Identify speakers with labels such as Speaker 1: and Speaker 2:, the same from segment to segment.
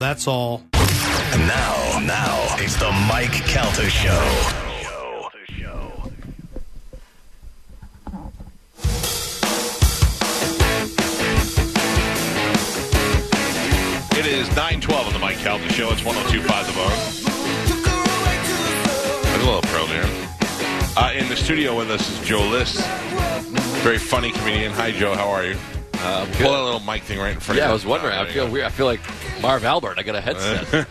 Speaker 1: That's all.
Speaker 2: And now, now, it's the Mike Calta Show.
Speaker 3: It is 912 on the Mike Calvin Show. It's 1025 The Bone. There's a little pro there. Uh, in the studio with us is Joe List, very funny comedian. Hi, Joe. How are you? Uh, pull that little mic thing right in front of you.
Speaker 4: Yeah, I was wondering.
Speaker 3: Uh,
Speaker 4: I
Speaker 3: there
Speaker 4: feel
Speaker 3: you
Speaker 4: weird. I feel like Marv Albert. I got a headset.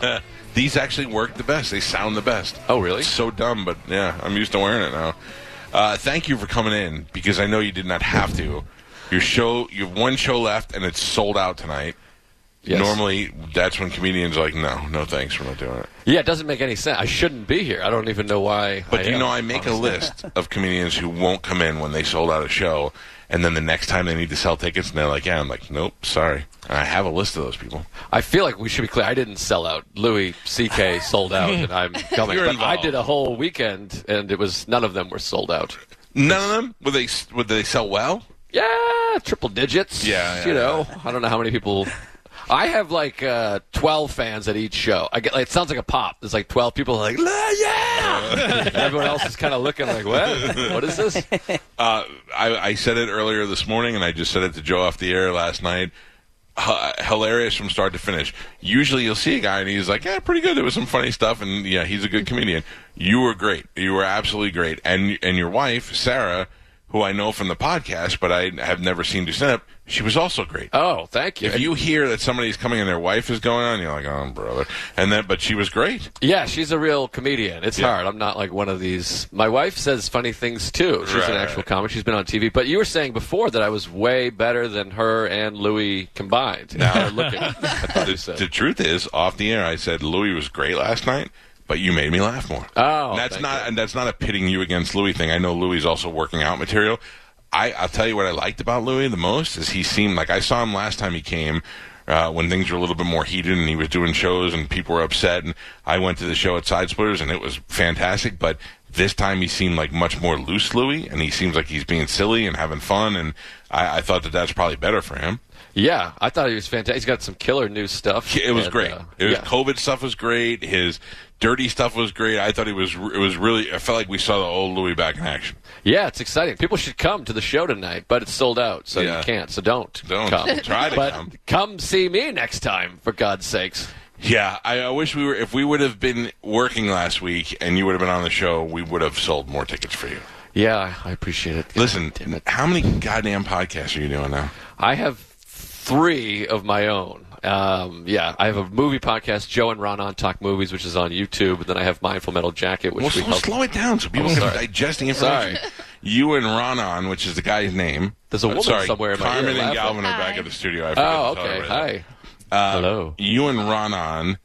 Speaker 3: go. These actually work the best. They sound the best.
Speaker 4: Oh, really?
Speaker 3: It's so dumb, but yeah, I'm used to wearing it now. Uh, thank you for coming in because I know you did not have to. Your show, you have one show left, and it's sold out tonight.
Speaker 4: Yes.
Speaker 3: Normally, that's when comedians are like, no, no thanks, we're not doing it.
Speaker 4: Yeah, it doesn't make any sense. I shouldn't be here. I don't even know why.
Speaker 3: But do you
Speaker 4: am,
Speaker 3: know, I make a
Speaker 4: honestly.
Speaker 3: list of comedians who won't come in when they sold out a show, and then the next time they need to sell tickets, and they're like, "Yeah," I'm like, "Nope, sorry." And I have a list of those people.
Speaker 4: I feel like we should be clear. I didn't sell out. Louis C.K. sold out, and I'm coming.
Speaker 3: You're
Speaker 4: but
Speaker 3: involved.
Speaker 4: I did a whole weekend, and it was none of them were sold out.
Speaker 3: None of them would they would they sell well?
Speaker 4: Yeah, triple digits.
Speaker 3: Yeah, yeah,
Speaker 4: you know, I don't know how many people. I have like uh, twelve fans at each show. I get like, it sounds like a pop. There's like twelve people like "La- yeah, and everyone else is kind of looking like what? What is this?
Speaker 3: Uh, I, I said it earlier this morning, and I just said it to Joe off the air last night. H- hilarious from start to finish. Usually, you'll see a guy and he's like, "Yeah, pretty good. There was some funny stuff, and yeah, he's a good comedian." You were great. You were absolutely great. And and your wife Sarah, who I know from the podcast, but I have never seen do stand up, she was also great.
Speaker 4: Oh, thank you.
Speaker 3: If you hear that somebody's coming and their wife is going on, you're like, "Oh, brother!" And then, but she was great.
Speaker 4: yeah, she's a real comedian. It's
Speaker 3: Yeah.
Speaker 4: hard. I'm not like one of these. My wife says funny things too. She's
Speaker 3: Right,
Speaker 4: an
Speaker 3: right,
Speaker 4: actual
Speaker 3: right.
Speaker 4: comic. She's been on TV. But you were saying before that I was way better than her and Louis combined. Now looking, I thought you
Speaker 3: The
Speaker 4: said.
Speaker 3: truth is, off the air, I said Louis was great last night, but you made me laugh more.
Speaker 4: Oh,
Speaker 3: And that's
Speaker 4: thank
Speaker 3: not and that's not a pitting you against Louis thing. I know Louis is also working out material. I, I'll tell you what I liked about Louis the most is he seemed like I saw him last time he came. Uh, when things were a little bit more heated and he was doing shows and people were upset and I went to the show at Side Splitters and it was fantastic but this time he seemed like much more loose Louis and he seems like he's being silly and having fun and I, I thought that that's probably better for him
Speaker 4: Yeah, I thought he was fantastic. He's got some killer new stuff.
Speaker 3: it was
Speaker 4: And,
Speaker 3: great.
Speaker 4: uh,
Speaker 3: it was
Speaker 4: yeah.
Speaker 3: COVID stuff was great. His dirty stuff was great. I thought he was. It was really. I felt like we saw the old Louis back in action.
Speaker 4: Yeah, it's exciting. People should come to the show tonight, but it's sold out, so
Speaker 3: Yeah.
Speaker 4: you can't. So don't.
Speaker 3: Don't.
Speaker 4: come.
Speaker 3: Try to
Speaker 4: but
Speaker 3: come.
Speaker 4: see me next time, for God's sakes.
Speaker 3: Yeah, I, I wish we were. If we would have been working last week and you would have been on the show, we would have sold more tickets for you.
Speaker 4: Yeah, I appreciate it.
Speaker 3: Listen,
Speaker 4: Damn it.
Speaker 3: how many goddamn podcasts are you doing now?
Speaker 4: I have three of my own. Um, yeah, I have a movie podcast, Joe and Ron on Talk Movies, which is on YouTube, and then I have Mindful Metal Jacket, which
Speaker 3: Well,
Speaker 4: we
Speaker 3: slow,
Speaker 4: help.
Speaker 3: slow it down so people
Speaker 4: I'm
Speaker 3: can
Speaker 4: sorry.
Speaker 3: digest the information.
Speaker 4: Sorry.
Speaker 3: You and Ronan, which is the guy's name.
Speaker 4: There's a
Speaker 3: Uh,
Speaker 4: woman
Speaker 3: sorry,
Speaker 4: somewhere in my ear
Speaker 3: Carmen and
Speaker 4: laughing.
Speaker 3: Galvin are back
Speaker 5: Hi.
Speaker 3: at the studio. I forgot
Speaker 4: Oh,
Speaker 3: to tell
Speaker 4: okay.
Speaker 3: everybody.
Speaker 4: Hi.
Speaker 3: Uh,
Speaker 4: Hello.
Speaker 3: You and Ronan,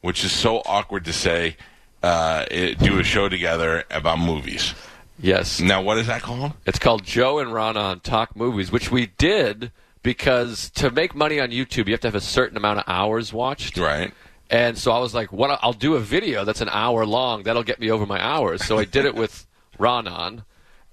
Speaker 3: which is so awkward to say, uh, it- do a show together about movies.
Speaker 4: Yes.
Speaker 3: Now, what is that called?
Speaker 4: It's called Joe and Ron on Talk Movies, which we did because to make money on YouTube, you have to have a certain amount of hours watched.
Speaker 3: Right.
Speaker 4: And so I was like, "What? I'll do a video that's an hour long. That'll get me over my hours." So I did it with Ron on,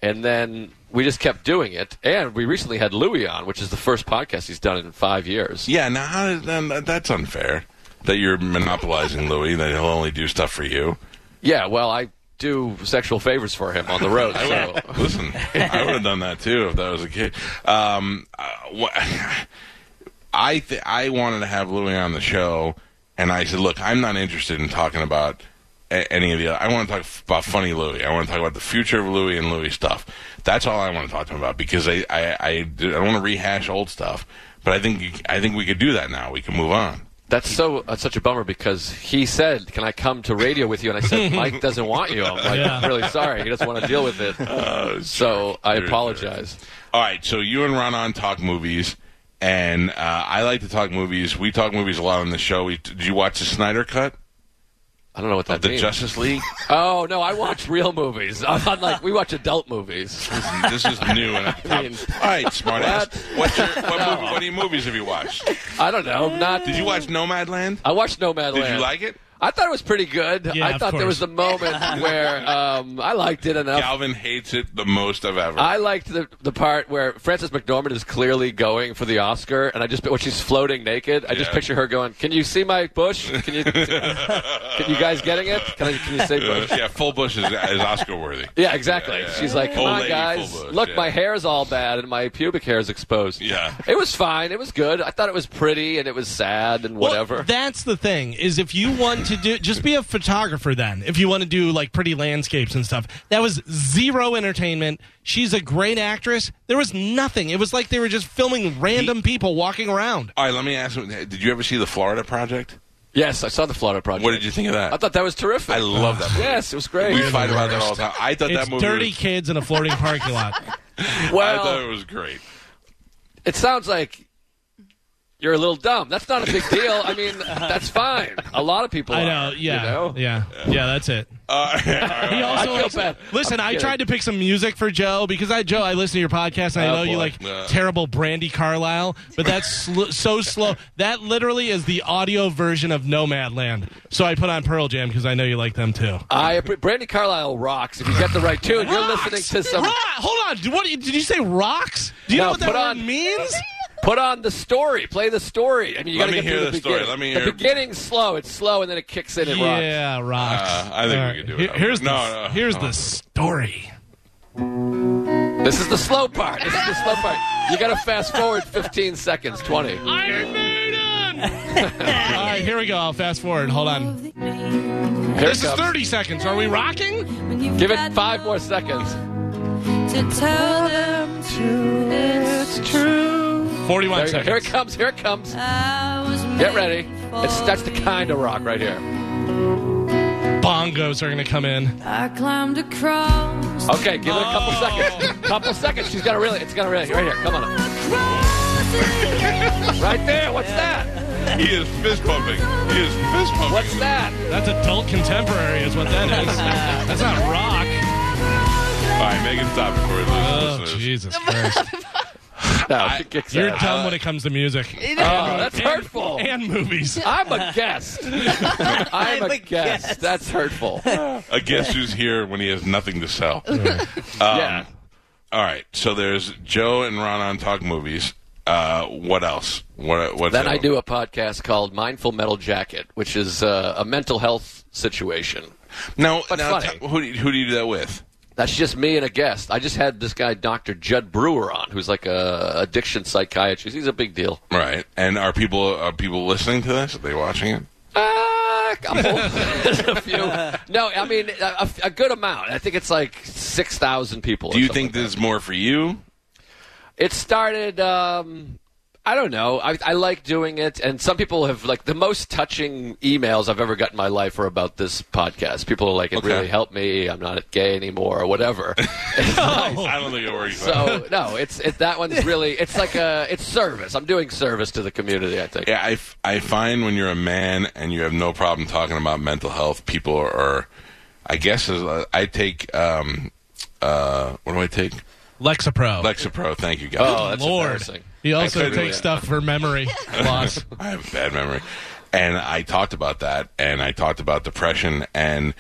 Speaker 4: and then we just kept doing it. And we recently had Louis on, which is the first podcast he's done in five years.
Speaker 3: Yeah. Now, how does, then, that- that's unfair that you're monopolizing Louis. That he'll only do stuff for you.
Speaker 4: Yeah. Well, I do sexual favors for him on the road. so
Speaker 3: Listen, I would have done that too if that was a kid. Um, uh, wha- I th- I wanted to have Louis on the show, and I said, "Look, I'm not interested in talking about a- any of the. Other. I want to talk f- about funny Louis. I want to talk about the future of Louis and Louis stuff. That's all I want to talk to him about because I I, I, d- I don't want to rehash old stuff. But I think you, I think we could do that now. We can move on.
Speaker 4: that's so that's such a bummer because he said, "Can I come to radio with you?" And I said, "Mike doesn't want you." I'm like, "I'm really sorry. He doesn't want to deal with it." so I
Speaker 3: Oh, Sure,
Speaker 4: apologize.
Speaker 3: All right, so you and Ron on talk movies, and uh, I like to talk movies. We talk movies a lot on the show. We, did you watch the Snyder Cut
Speaker 4: I don't know what that
Speaker 3: of the
Speaker 4: means.
Speaker 3: Justice League?
Speaker 4: Oh no, I watch real movies. I'm not like we watch adult movies.
Speaker 3: Listen, this is new and at the
Speaker 4: I
Speaker 3: top.
Speaker 4: mean-
Speaker 3: All right, smartass. What's your, what,
Speaker 4: No.
Speaker 3: movie, what new movies have you watched?
Speaker 4: I don't know. I'm not.
Speaker 3: Did you watch Nomadland?
Speaker 4: I watched Nomadland.
Speaker 3: Did you like it?
Speaker 4: I thought it was pretty good.
Speaker 1: Yeah,
Speaker 4: I
Speaker 1: of
Speaker 4: thought there was
Speaker 1: course.
Speaker 4: a moment where um, I liked it enough.
Speaker 3: Galvin hates it the most I've ever.
Speaker 4: I liked the the part where Frances McDormand is clearly going for the Oscar, and I just when she's floating naked, I just
Speaker 3: Yeah.
Speaker 4: picture her going, "Can you see my bush? Can you? can you guys getting it? Can, I, can you see
Speaker 3: Uh,
Speaker 4: bush?"
Speaker 3: yeah, full bush is, is Oscar worthy.
Speaker 4: Yeah, exactly. She's like, "Come
Speaker 3: Old
Speaker 4: on,
Speaker 3: lady
Speaker 4: guys,
Speaker 3: full bush,
Speaker 4: look,
Speaker 3: yeah.
Speaker 4: my hair's all bad and my pubic hair is exposed."
Speaker 3: Yeah.
Speaker 4: it was fine. It was good. I thought it was pretty and it was sad and
Speaker 1: Well,
Speaker 4: whatever.
Speaker 1: that's the thing is if you want to do just be a photographer then. If you want to do like pretty landscapes and stuff. That was zero entertainment. She's a great actress. There was nothing. It was like they were just filming random people walking around.
Speaker 3: All right, let me ask you. Did you ever see the Florida Project?
Speaker 4: yes, I saw the Florida Project.
Speaker 3: What did you think of that?
Speaker 4: I thought that was terrific.
Speaker 3: I love that movie.
Speaker 4: Yes, it was great.
Speaker 3: we fight about that all the time. I thought
Speaker 1: It's
Speaker 3: that movie
Speaker 1: dirty
Speaker 3: was,
Speaker 1: kids in a floating parking lot.
Speaker 3: I
Speaker 4: well,
Speaker 3: thought it was great.
Speaker 4: it sounds like you're a little dumb. That's not a big deal. I mean, that's fine. A lot of people.
Speaker 1: I
Speaker 4: are,
Speaker 1: know. Yeah.
Speaker 4: You know?
Speaker 1: Yeah. Yeah. That's it.
Speaker 3: Uh, all
Speaker 1: He
Speaker 3: right.
Speaker 1: also
Speaker 4: I feel bad.
Speaker 1: listen.
Speaker 4: I'm
Speaker 1: I
Speaker 4: kidding.
Speaker 1: tried to pick some music for Joe because I Joe. I listen to your podcast. and I
Speaker 4: Oh,
Speaker 1: know you
Speaker 4: boy.
Speaker 1: like
Speaker 3: Yeah.
Speaker 1: terrible Brandy Carlisle, but that's sl- so slow. That literally is the audio version of Nomadland. So I put on Pearl Jam because I know you like them too.
Speaker 4: I appre- Brandy Carlisle rocks. If you get the right tune, you're listening to some.
Speaker 1: Rock- Hold on. Did- What did you say? Rocks? Do you
Speaker 4: No,
Speaker 1: know what that
Speaker 4: put
Speaker 1: word
Speaker 4: on-
Speaker 1: means?
Speaker 4: Put on the story. Play the story. I mean, you
Speaker 3: Let
Speaker 4: got to
Speaker 3: me
Speaker 4: get
Speaker 3: hear
Speaker 4: through the,
Speaker 3: the story.
Speaker 4: beginning.
Speaker 3: Let me
Speaker 4: The
Speaker 3: hear-
Speaker 4: beginning's slow. It's slow, and then it kicks in and rocks.
Speaker 1: Yeah, rocks.
Speaker 3: Uh, I think we could do it.
Speaker 1: Here- Here's
Speaker 3: No,
Speaker 1: the,
Speaker 3: no,
Speaker 1: here's
Speaker 3: no.
Speaker 1: the story.
Speaker 4: This is the slow part. This is the slow part. You got to fast forward 15 seconds, 20.
Speaker 1: Iron Maiden. All right, here we go. I'll fast forward. Hold on.
Speaker 4: Here it
Speaker 1: This is
Speaker 4: comes.
Speaker 1: 30 seconds. Are we rocking?
Speaker 4: Give it five more seconds.
Speaker 5: To tell them to it's true.
Speaker 1: 41
Speaker 4: There you go.
Speaker 1: seconds.
Speaker 4: Here it comes. Here it comes.
Speaker 5: I was
Speaker 4: Get ready.
Speaker 5: made for
Speaker 4: It's that's the
Speaker 5: you.
Speaker 4: kind of rock right here.
Speaker 1: Bongos are going to come in.
Speaker 5: I climbed across.
Speaker 4: Okay, give it a couple seconds. Couple seconds. She's gonna really. It's gonna really. Right here. Come on.
Speaker 5: across the-
Speaker 4: Right there. What's that?
Speaker 3: He is fist pumping. He is fist pumping.
Speaker 4: What's that?
Speaker 1: That's adult contemporary, is what that is. That's not rock.
Speaker 3: All right, make it stop before we lose
Speaker 1: Oh,
Speaker 3: listeners.
Speaker 1: Jesus Christ.
Speaker 4: No, she kicks
Speaker 1: You're
Speaker 4: ass.
Speaker 1: dumb when it comes to music.
Speaker 6: You
Speaker 4: Oh,
Speaker 6: know,
Speaker 4: that's
Speaker 1: And-
Speaker 4: hurtful.
Speaker 1: And movies.
Speaker 4: I'm a guest. I'm a guest. Um, That's hurtful.
Speaker 3: A guest who's here when he has nothing to sell. Um,
Speaker 4: Yeah.
Speaker 3: All right, so there's Joe and Ron on Talk Movies. Uh, what else? What? What's
Speaker 4: Then
Speaker 3: the-
Speaker 4: I do a podcast called Mindful Metal Jacket, which is uh, a mental health situation.
Speaker 3: Now,
Speaker 4: But
Speaker 3: now
Speaker 4: funny.
Speaker 3: t- who, do you, who do you do that with?
Speaker 4: That's just me and a guest. I just had this guy, Dr. Judd Brewer, on, who's like a addiction psychiatrist. He's a big deal.
Speaker 3: Right, and are people are people listening to this? Are they watching it?
Speaker 4: Uh, a couple. a few. No, I mean a, a good amount. I think it's like six thousand people.
Speaker 3: Do
Speaker 4: or
Speaker 3: you
Speaker 4: something
Speaker 3: think this is more for you?
Speaker 4: it started um i don't know I, I like doing it and some people have like the most touching emails i've ever got in my life are about this podcast people are like it
Speaker 3: Okay.
Speaker 4: really helped me i'm not gay anymore or whatever
Speaker 3: I don't think it works. that way.
Speaker 4: so no it's it, that one's really it's like a it's service i'm doing service to the community i think
Speaker 3: Yeah, I, f- I find when you're a man and you have no problem talking about mental health, people are, are I guess, is, uh, I take, um, uh, what do I take?
Speaker 1: Lexapro.
Speaker 3: Lexapro. Thank you, guys.
Speaker 4: oh that's
Speaker 1: Lord.
Speaker 4: embarrassing
Speaker 1: He
Speaker 3: I
Speaker 1: also
Speaker 3: couldn't-
Speaker 1: takes stuff for memory loss.
Speaker 3: I have bad memory. And I talked about that, and I talked about depression, and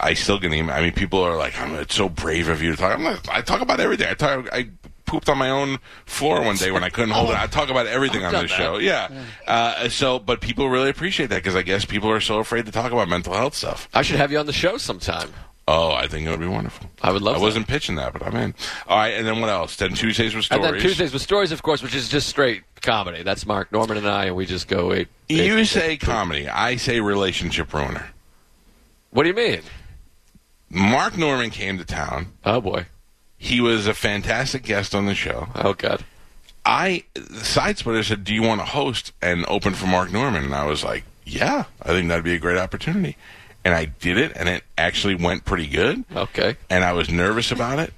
Speaker 3: I still get email. I mean, people are like, "I'm it's so brave of you to talk." I'm not, I talk about everything. I talk. I pooped on my own floor one day when I couldn't hold it. I talk about everything on
Speaker 4: done
Speaker 3: this
Speaker 4: that.
Speaker 3: show. Yeah. Uh, so, but people really appreciate that because I guess people are so afraid to talk about mental health stuff.
Speaker 4: i should have you on the show sometime
Speaker 3: Oh, I think it would be wonderful.
Speaker 4: I would love
Speaker 3: I
Speaker 4: that.
Speaker 3: wasn't pitching that, but I'm in. All right, and then what else? Then Tuesdays were stories.
Speaker 4: and then tuesdays with stories of course which is just straight comedy that's mark norman and i and we just go wait
Speaker 3: You say comedy. I say relationship ruiner.
Speaker 4: what do you mean
Speaker 3: Mark Norman came to town.
Speaker 4: oh boy
Speaker 3: He was a fantastic guest on the show.
Speaker 4: oh god
Speaker 3: I side splitter said, "Do you want to host and open for Mark Norman?" And I was like, "Yeah, I think that'd be a great opportunity." And I did it, and it actually went pretty good.
Speaker 4: okay
Speaker 3: And I was nervous about it.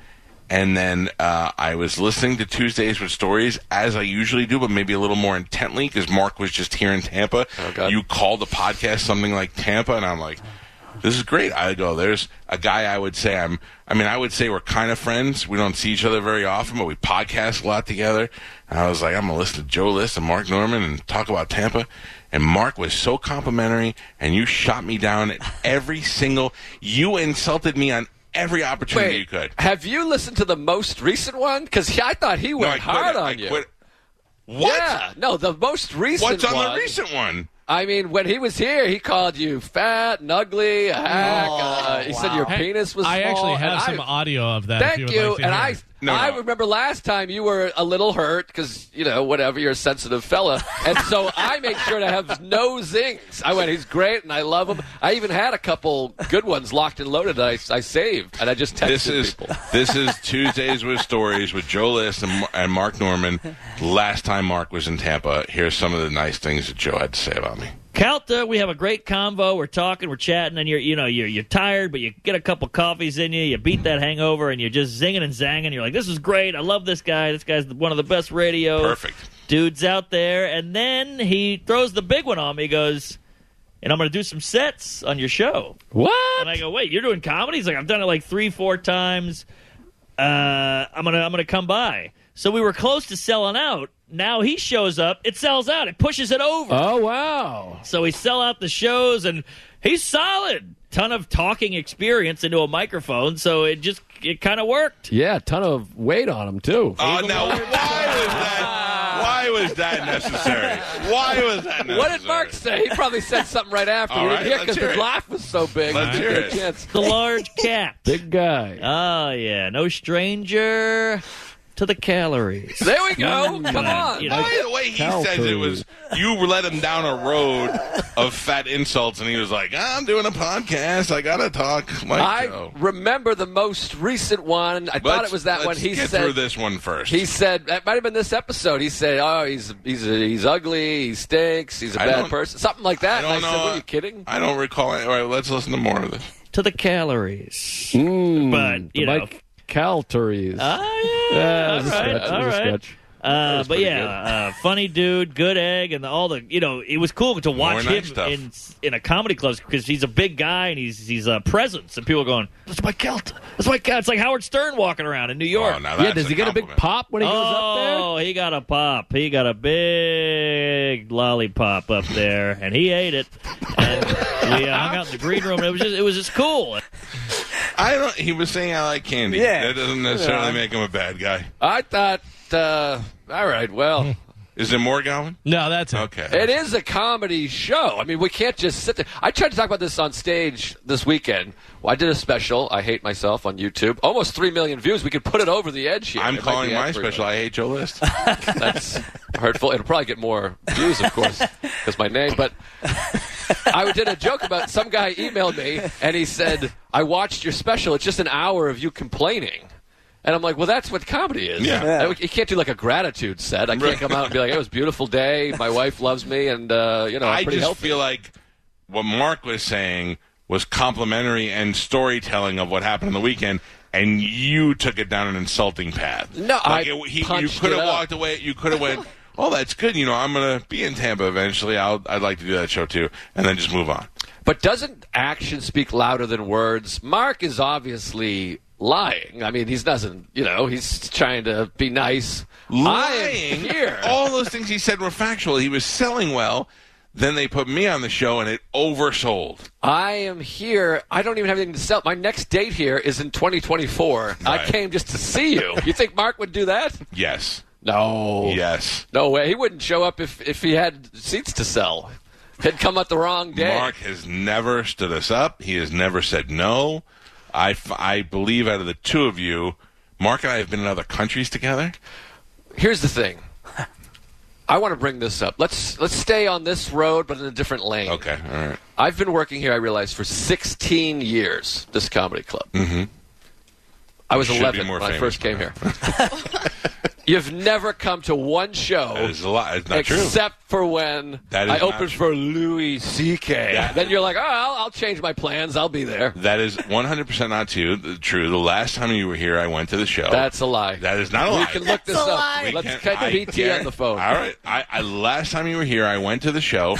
Speaker 3: And then uh, I was listening to Tuesdays with Stories as I usually do, but maybe a little more intently because Mark was just here in Tampa.
Speaker 4: Oh, God.
Speaker 3: You call the podcast something like Tampa, and I'm like, this is great. I go, there's a guy I would say I'm, I mean, I would say we're kind of friends. We don't see each other very often, but we podcast a lot together. And I was like, I'm going to listen to Joe List and Mark Norman and talk about Tampa. and Mark was so complimentary, and you shot me down at every single. You insulted me on every opportunity you could.
Speaker 4: have you listened to the most recent one? Because I thought he
Speaker 3: No,
Speaker 4: went
Speaker 3: I quit
Speaker 4: hard
Speaker 3: it. I
Speaker 4: on you.
Speaker 3: quit it. What?
Speaker 4: Yeah, no, the most recent
Speaker 3: What's on
Speaker 4: one.
Speaker 3: the recent one?
Speaker 4: I mean, when he was here, he called you fat and ugly, a hack.
Speaker 3: Oh,
Speaker 4: uh, he said your
Speaker 1: Hey,
Speaker 4: penis was
Speaker 1: I
Speaker 4: small,
Speaker 1: actually
Speaker 4: and
Speaker 1: have some
Speaker 4: I,
Speaker 1: audio of that.
Speaker 4: Thank
Speaker 1: if
Speaker 4: you.
Speaker 1: you. Would like to
Speaker 4: and
Speaker 1: hear
Speaker 4: I,
Speaker 1: it.
Speaker 3: No,
Speaker 4: I
Speaker 3: no.
Speaker 4: remember last time you were a little hurt because you know whatever you're a sensitive fella, and so I made sure to have no zings. I went, he's great, and I love him. I even had a couple good ones locked and loaded that I, I saved, and I just texted
Speaker 3: This is
Speaker 4: people.
Speaker 3: this is Tuesdays with Stories with Joe List and, Mar- and Mark Norman. Last time Mark was in Tampa, here's some of the nice things that Joe had to say about me.
Speaker 6: Calta, we have a great convo. We're talking, we're chatting, and you're you know you're you're tired, but you get a couple coffees in you, you beat that hangover, and you're just zinging and zanging. You're like, this is great. I love this guy. This guy's one of the best radio
Speaker 3: Perfect.
Speaker 6: dudes out there. And then he throws the big one on me. He goes, and I'm going to do some sets on your show.
Speaker 4: What?
Speaker 6: And I go, wait, you're doing comedy? He's like, I've done it like three, four times. Uh, I'm gonna, I'm gonna come by. So we were close to selling out. Now he shows up. It sells out. It pushes it over.
Speaker 4: Oh wow!
Speaker 6: So we sell out the shows, and he's solid. Ton of talking experience into a microphone, so it just it kind of worked.
Speaker 4: Yeah, a ton of weight on him too.
Speaker 3: Oh, now why was that? Why was that necessary? Why was that necessary?
Speaker 4: What did Mark say? He probably said something right after.
Speaker 3: All
Speaker 4: we
Speaker 3: right,
Speaker 4: didn't hear
Speaker 3: let's
Speaker 4: because
Speaker 3: hear
Speaker 4: the
Speaker 3: it.
Speaker 4: laugh was so big.
Speaker 3: Let's
Speaker 4: We
Speaker 3: hear
Speaker 4: didn't
Speaker 3: it.
Speaker 4: get a chance.
Speaker 6: The large cat.
Speaker 4: Big guy.
Speaker 6: Oh yeah, no stranger to the calories.
Speaker 4: There we go.
Speaker 6: Mm,
Speaker 4: Come on.
Speaker 6: you know,
Speaker 3: By the way, he
Speaker 4: Cow
Speaker 3: says it
Speaker 4: food.
Speaker 3: was you led him down a road of fat insults, and he was like, "I'm doing a podcast. I gotta talk." Like,
Speaker 4: I
Speaker 3: Joe.
Speaker 4: remember the most recent one. I thought
Speaker 3: Let's-
Speaker 4: it was that one.
Speaker 3: let's
Speaker 4: He
Speaker 3: get
Speaker 4: said.
Speaker 3: through this one first.
Speaker 4: He said that might have been this episode. He said, "Oh, he's he's he's ugly. He stinks. He's a
Speaker 3: I
Speaker 4: bad
Speaker 3: don't-
Speaker 4: person. Something like
Speaker 3: I
Speaker 4: that."
Speaker 3: don't
Speaker 4: and I
Speaker 3: know.
Speaker 4: said, "Were you kidding?"
Speaker 3: I don't recall. Any- All right, let's listen to more of this.
Speaker 6: to the calories. Mm, but you know,
Speaker 4: Calteries.
Speaker 6: ah, yeah, all right, all right. Uh, but yeah, uh, funny dude, good egg, and all the you know it was cool to watch
Speaker 3: nice
Speaker 6: him
Speaker 3: stuff.
Speaker 6: in in a comedy club because he's a big guy and he's he's a presence and people are going that's my Celt, that's my Celt. It's like Howard Stern walking around in New York.
Speaker 3: Oh, now that's compliment.
Speaker 4: pop when he
Speaker 6: Oh, he got a pop. He got a big lollipop up there, and he ate it. And we uh, hung out in the green room. And it was just, it was just cool.
Speaker 3: I don't. He was saying I like candy.
Speaker 7: Yeah.
Speaker 3: that doesn't necessarily make him a bad guy.
Speaker 4: I thought, uh, all right, well,
Speaker 3: Is there more, Galvin?
Speaker 1: No, that's it.
Speaker 3: Okay.
Speaker 4: It is a comedy show. I mean, we can't just sit there. I tried to talk about this on stage this weekend. Well, I did a special. I hate myself on YouTube. Almost three million views. We could put it over the edge here.
Speaker 3: I'm
Speaker 4: It might
Speaker 3: calling
Speaker 4: be at
Speaker 3: my
Speaker 4: three
Speaker 3: special. I hate Joe List.
Speaker 4: million. That's hurtful. It'll probably get more views, of course, because my name. But I did a joke about some guy emailed me and he said, "I watched your special. It's just an hour of you complaining." And I'm like, well, that's what comedy is.
Speaker 3: Yeah.
Speaker 7: Yeah.
Speaker 4: I- You can't do like a gratitude set. I can't come out and be like, it was a beautiful day. My wife loves me, and uh, you know, I'm
Speaker 3: I
Speaker 4: pretty
Speaker 3: just
Speaker 4: healthy.
Speaker 3: feel like what Mark was saying was complimentary and storytelling of what happened on the weekend, and you took it down an insulting path.
Speaker 4: No,
Speaker 3: Like,
Speaker 4: I
Speaker 3: it- he- you
Speaker 4: punched
Speaker 3: could
Speaker 4: it
Speaker 3: have
Speaker 4: up.
Speaker 3: walked away. You could have went. Oh, that's good. You know, I'm gonna be in Tampa eventually. I'll, I'd like to do that show too, and then just move on.
Speaker 4: But doesn't action speak louder than words? Mark is obviously lying. I mean, he doesn't. You know, he's trying to be nice.
Speaker 3: lying Oh,
Speaker 4: I am here.
Speaker 3: All those things he said were factual. He was selling well. Then they put me on the show and it oversold.
Speaker 4: I am here. I don't even have anything to sell. My next date here is in 2024. I
Speaker 3: Right.
Speaker 4: came just to see you. You think Mark would do that?
Speaker 3: Yes.
Speaker 4: No.
Speaker 3: Yes.
Speaker 4: No way. He wouldn't show up if if he had seats to sell. Had come at the wrong day.
Speaker 3: Mark has never stood us up. He has never said no. I, f- I believe out of the two of you, Mark and I have been in other countries together.
Speaker 4: here's the thing. I want to bring this up. Let's let's stay on this road, but in a different lane.
Speaker 3: Okay. All right.
Speaker 4: I've been working here. I realize for 16 years. This comedy club. Mm-hmm. I was
Speaker 3: You should be
Speaker 4: 11
Speaker 3: more
Speaker 4: when I
Speaker 3: famous
Speaker 4: first came
Speaker 3: by
Speaker 4: here. You've never come to one
Speaker 3: That
Speaker 4: show
Speaker 3: is a lot. It's not true.
Speaker 4: except for when
Speaker 3: That is
Speaker 4: I
Speaker 3: not
Speaker 4: opened
Speaker 3: true.
Speaker 4: for Louis C.K.
Speaker 3: That-
Speaker 4: Then you're like, oh, I'll, I'll change my plans. I'll be there.
Speaker 3: That is 100% not true. The, true. The last time you were here, I went to the show.
Speaker 4: That's a lie.
Speaker 3: That is not a
Speaker 4: we
Speaker 3: lie.
Speaker 4: can look this up. Let's
Speaker 3: can-
Speaker 4: get the
Speaker 3: I
Speaker 4: BT
Speaker 3: guarant-
Speaker 4: on the phone.
Speaker 3: All right. I, I last time you were here, I went to the show,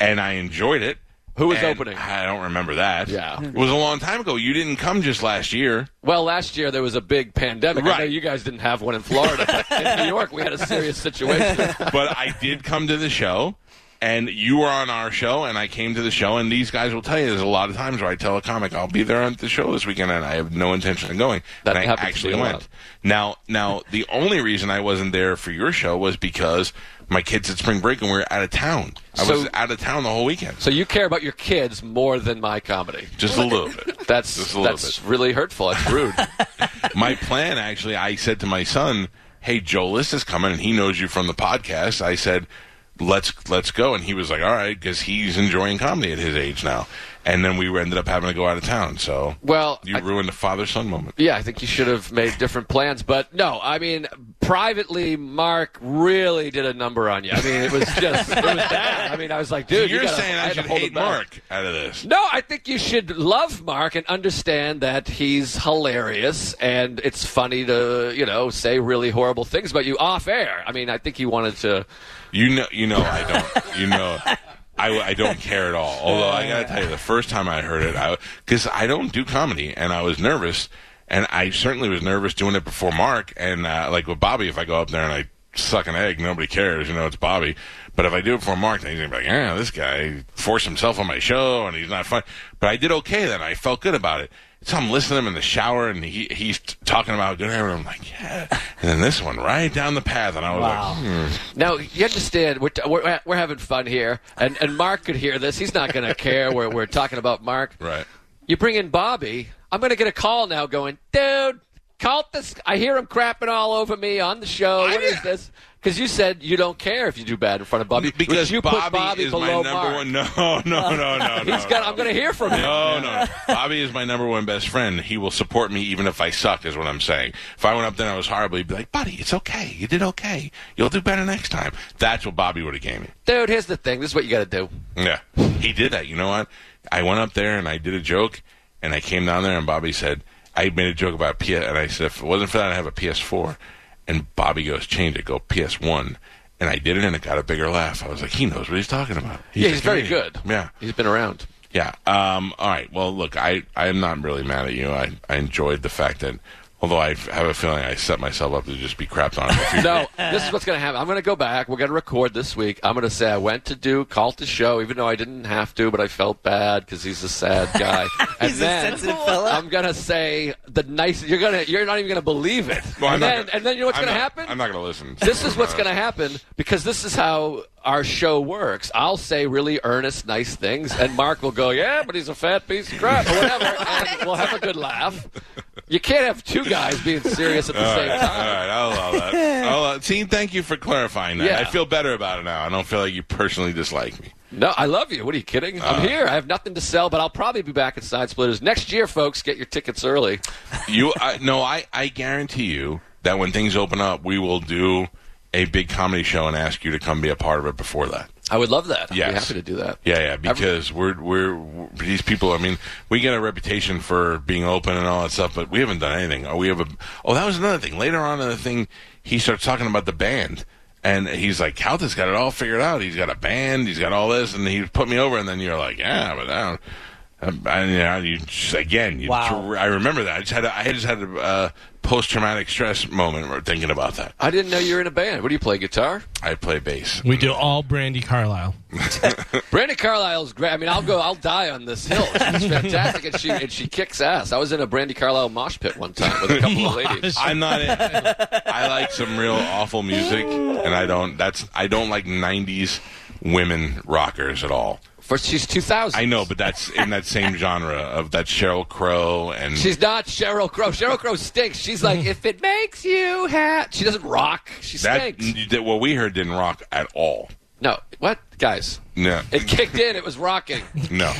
Speaker 3: and I enjoyed it.
Speaker 4: Who was
Speaker 3: And
Speaker 4: opening?
Speaker 3: I don't remember that.
Speaker 4: Yeah.
Speaker 3: it was a long time ago. You didn't come just last year.
Speaker 4: Well, last year there was a big pandemic. I know
Speaker 3: Right.
Speaker 4: you guys didn't have one in Florida. but in New York, we had a serious situation.
Speaker 3: but I did come to the show, And you were on our show, and I came to the show, and these guys will tell you there's a lot of times where I tell a comic I'll be there at the show this weekend, and I have no intention of going.
Speaker 4: That
Speaker 3: and I
Speaker 4: happens to
Speaker 3: actually
Speaker 4: me a lot.
Speaker 3: went. Now, now the only reason I wasn't there for your show was because my kids had spring break and we were out of town. I
Speaker 4: So-
Speaker 3: was out of town the whole weekend,
Speaker 4: So you care about your kids more than my comedy.
Speaker 3: just a little bit.
Speaker 4: That's
Speaker 3: Just a little
Speaker 4: that's really hurtful. That's rude.
Speaker 3: my plan actually i said to my son hey joe list is coming and he knows you from the podcast i said let's let's go and he was like all right because he's enjoying comedy at his age now and then we ended up having to go out of town so
Speaker 4: Well,
Speaker 3: you
Speaker 4: I-
Speaker 3: ruined the father-son moment
Speaker 4: Yeah, I think you should have made different plans. But no, I mean, privately, Mark really did a number on you. I mean, it was just, it was bad. I mean, I was like, dude, you
Speaker 3: you're
Speaker 4: gotta-
Speaker 3: saying i,
Speaker 4: had to
Speaker 3: should
Speaker 4: hold
Speaker 3: hate
Speaker 4: it back.
Speaker 3: mark out of this
Speaker 4: No, I think you should love Mark and understand that he's hilarious and it's funny to, you know, say really horrible things about you off air. I mean, I think he wanted to.
Speaker 3: You know, you know, I don't. You know, I, I don't care at all. Although I gotta tell you, the first time I heard it, because I, don't do comedy, and I was nervous, and I certainly was nervous doing it before Mark and uh, like with Bobby. If I go up there and I suck an egg, nobody cares. You know, it's Bobby. But if I do it before Mark, then he's gonna be like, "Yeah, this guy forced himself on my show, and he's not fun." But I did okay then. I felt good about it. So I'm listening to him in the shower, and he, he's t- talking about good. And I'm like, "Yeah." And then this one right down the path, and I was like,
Speaker 4: Now, you understand, we're, t- we're, we're having fun here, and, and Mark could hear this. He's not going to care. We're, we're talking about Mark.
Speaker 3: "Right."
Speaker 4: You bring in Bobby. I'm going to get a call now going, dude, call this. I hear him crapping all over me on the show. What is this? Because you said you don't care if you do bad in front of Bobby. which
Speaker 3: because
Speaker 4: you
Speaker 3: Bobby,
Speaker 4: put Bobby
Speaker 3: is my
Speaker 4: below
Speaker 3: number
Speaker 4: Mark.
Speaker 3: one. No, no, no, no. no
Speaker 4: He's got, I'm going to hear from him.
Speaker 3: No, no. Bobby is my number one best friend. He will support me even if I suck, is what I'm saying. If I went up there and I was horrible, he'd be like, buddy, it's okay. You did okay. You'll do better next time. That's what Bobby would have gave me.
Speaker 4: Dude, here's the thing. This is what you got to do.
Speaker 3: Yeah. He did that. You know what? I went up there and I did a joke, and I came down there, and Bobby said, I made a joke about PS, and I said, if it wasn't for that, I'd have a PS4. And Bobby goes, change it, go PS1. And I did it, and it got a bigger laugh. I was like, he knows what he's talking about.
Speaker 4: yeah,
Speaker 3: a
Speaker 4: he's very
Speaker 3: comedian.
Speaker 4: good.
Speaker 3: Yeah.
Speaker 4: He's been around.
Speaker 3: Yeah. Um, all right. Well, look, I I'm not really mad at you. I I enjoyed the fact that, although I f- have a feeling I set myself up to just be crapped on. in the future.
Speaker 4: No, this is what's going to happen. I'm going to go back. We're going to record this week. I'm going to say I went to do call to show, even though I didn't have to, but I felt bad because he's a sad guy. and
Speaker 7: He's
Speaker 4: then
Speaker 7: a sensitive fella.
Speaker 4: I'm going to say the nice. You're going to. You're not even going to believe it.
Speaker 3: Well, I'm not
Speaker 4: and, then,
Speaker 3: gonna-
Speaker 4: and then you know what's
Speaker 3: I'm
Speaker 4: going to
Speaker 3: not-
Speaker 4: happen?
Speaker 3: I'm not going to listen.
Speaker 4: this is what's going to happen because this is how our show works. I'll say really earnest, nice things, and Mark will go, "Yeah, but he's a fat piece of crap," or whatever, and we'll have a good laugh. You can't have two guys being serious at the
Speaker 3: All
Speaker 4: same
Speaker 3: right, all
Speaker 4: time.
Speaker 3: right, I'll allow that. I'll, allow- see, thank you for clarifying that.
Speaker 4: Yeah.
Speaker 3: I feel better about it now. I don't feel like you personally dislike me.
Speaker 4: No, I love you. What are you kidding?
Speaker 3: Uh.
Speaker 4: I'm here. I have nothing to sell, but I'll probably be back at Side Splitters next year, folks. Get your tickets early.
Speaker 3: You, I, no, I, I guarantee you that when things open up, we will do a big comedy show and ask you to come be a part of it before that.
Speaker 4: I would love that. I'd
Speaker 3: Yes.
Speaker 4: be happy to do that.
Speaker 3: Yeah, yeah, because we're, we're we're- these people. I mean, we get a reputation for being open and all that stuff, but we haven't done anything. Oh, we have a. Oh, that was another thing. Later on in the thing, he starts talking about the band, and he's like, "Calta's got it all figured out. He's got a band. He's got all this." And he put me over, and then you're like, "Yeah, but I don't." um, I, I, you know, you just, again, you,
Speaker 7: Wow.
Speaker 3: I remember that. I just had a, I just had a uh, post traumatic stress moment thinking about that.
Speaker 4: I didn't know you were in a band. What do you play? Guitar?
Speaker 3: I play bass.
Speaker 1: We do all Brandy Carlisle.
Speaker 4: Brandy Carlisle's great. I mean, I'll go. I'll die on this hill. She's fantastic, and she and she kicks ass. I was in a Brandy Carlisle mosh pit one time with a couple of ladies.
Speaker 3: I'm not. In, I like some real awful music, and I don't. That's I don't like '90s women rockers at all.
Speaker 4: First, she's two thousand.
Speaker 3: I know, but that's in that same genre of that Cheryl Crow and
Speaker 4: She's not Cheryl Crow. Cheryl Crow stinks. She's like, if it makes you happy. She doesn't rock. She
Speaker 3: that,
Speaker 4: stinks.
Speaker 3: that. What we heard didn't rock at all.
Speaker 4: No, what guys?
Speaker 3: No,
Speaker 4: It kicked in. It was rocking.
Speaker 3: no.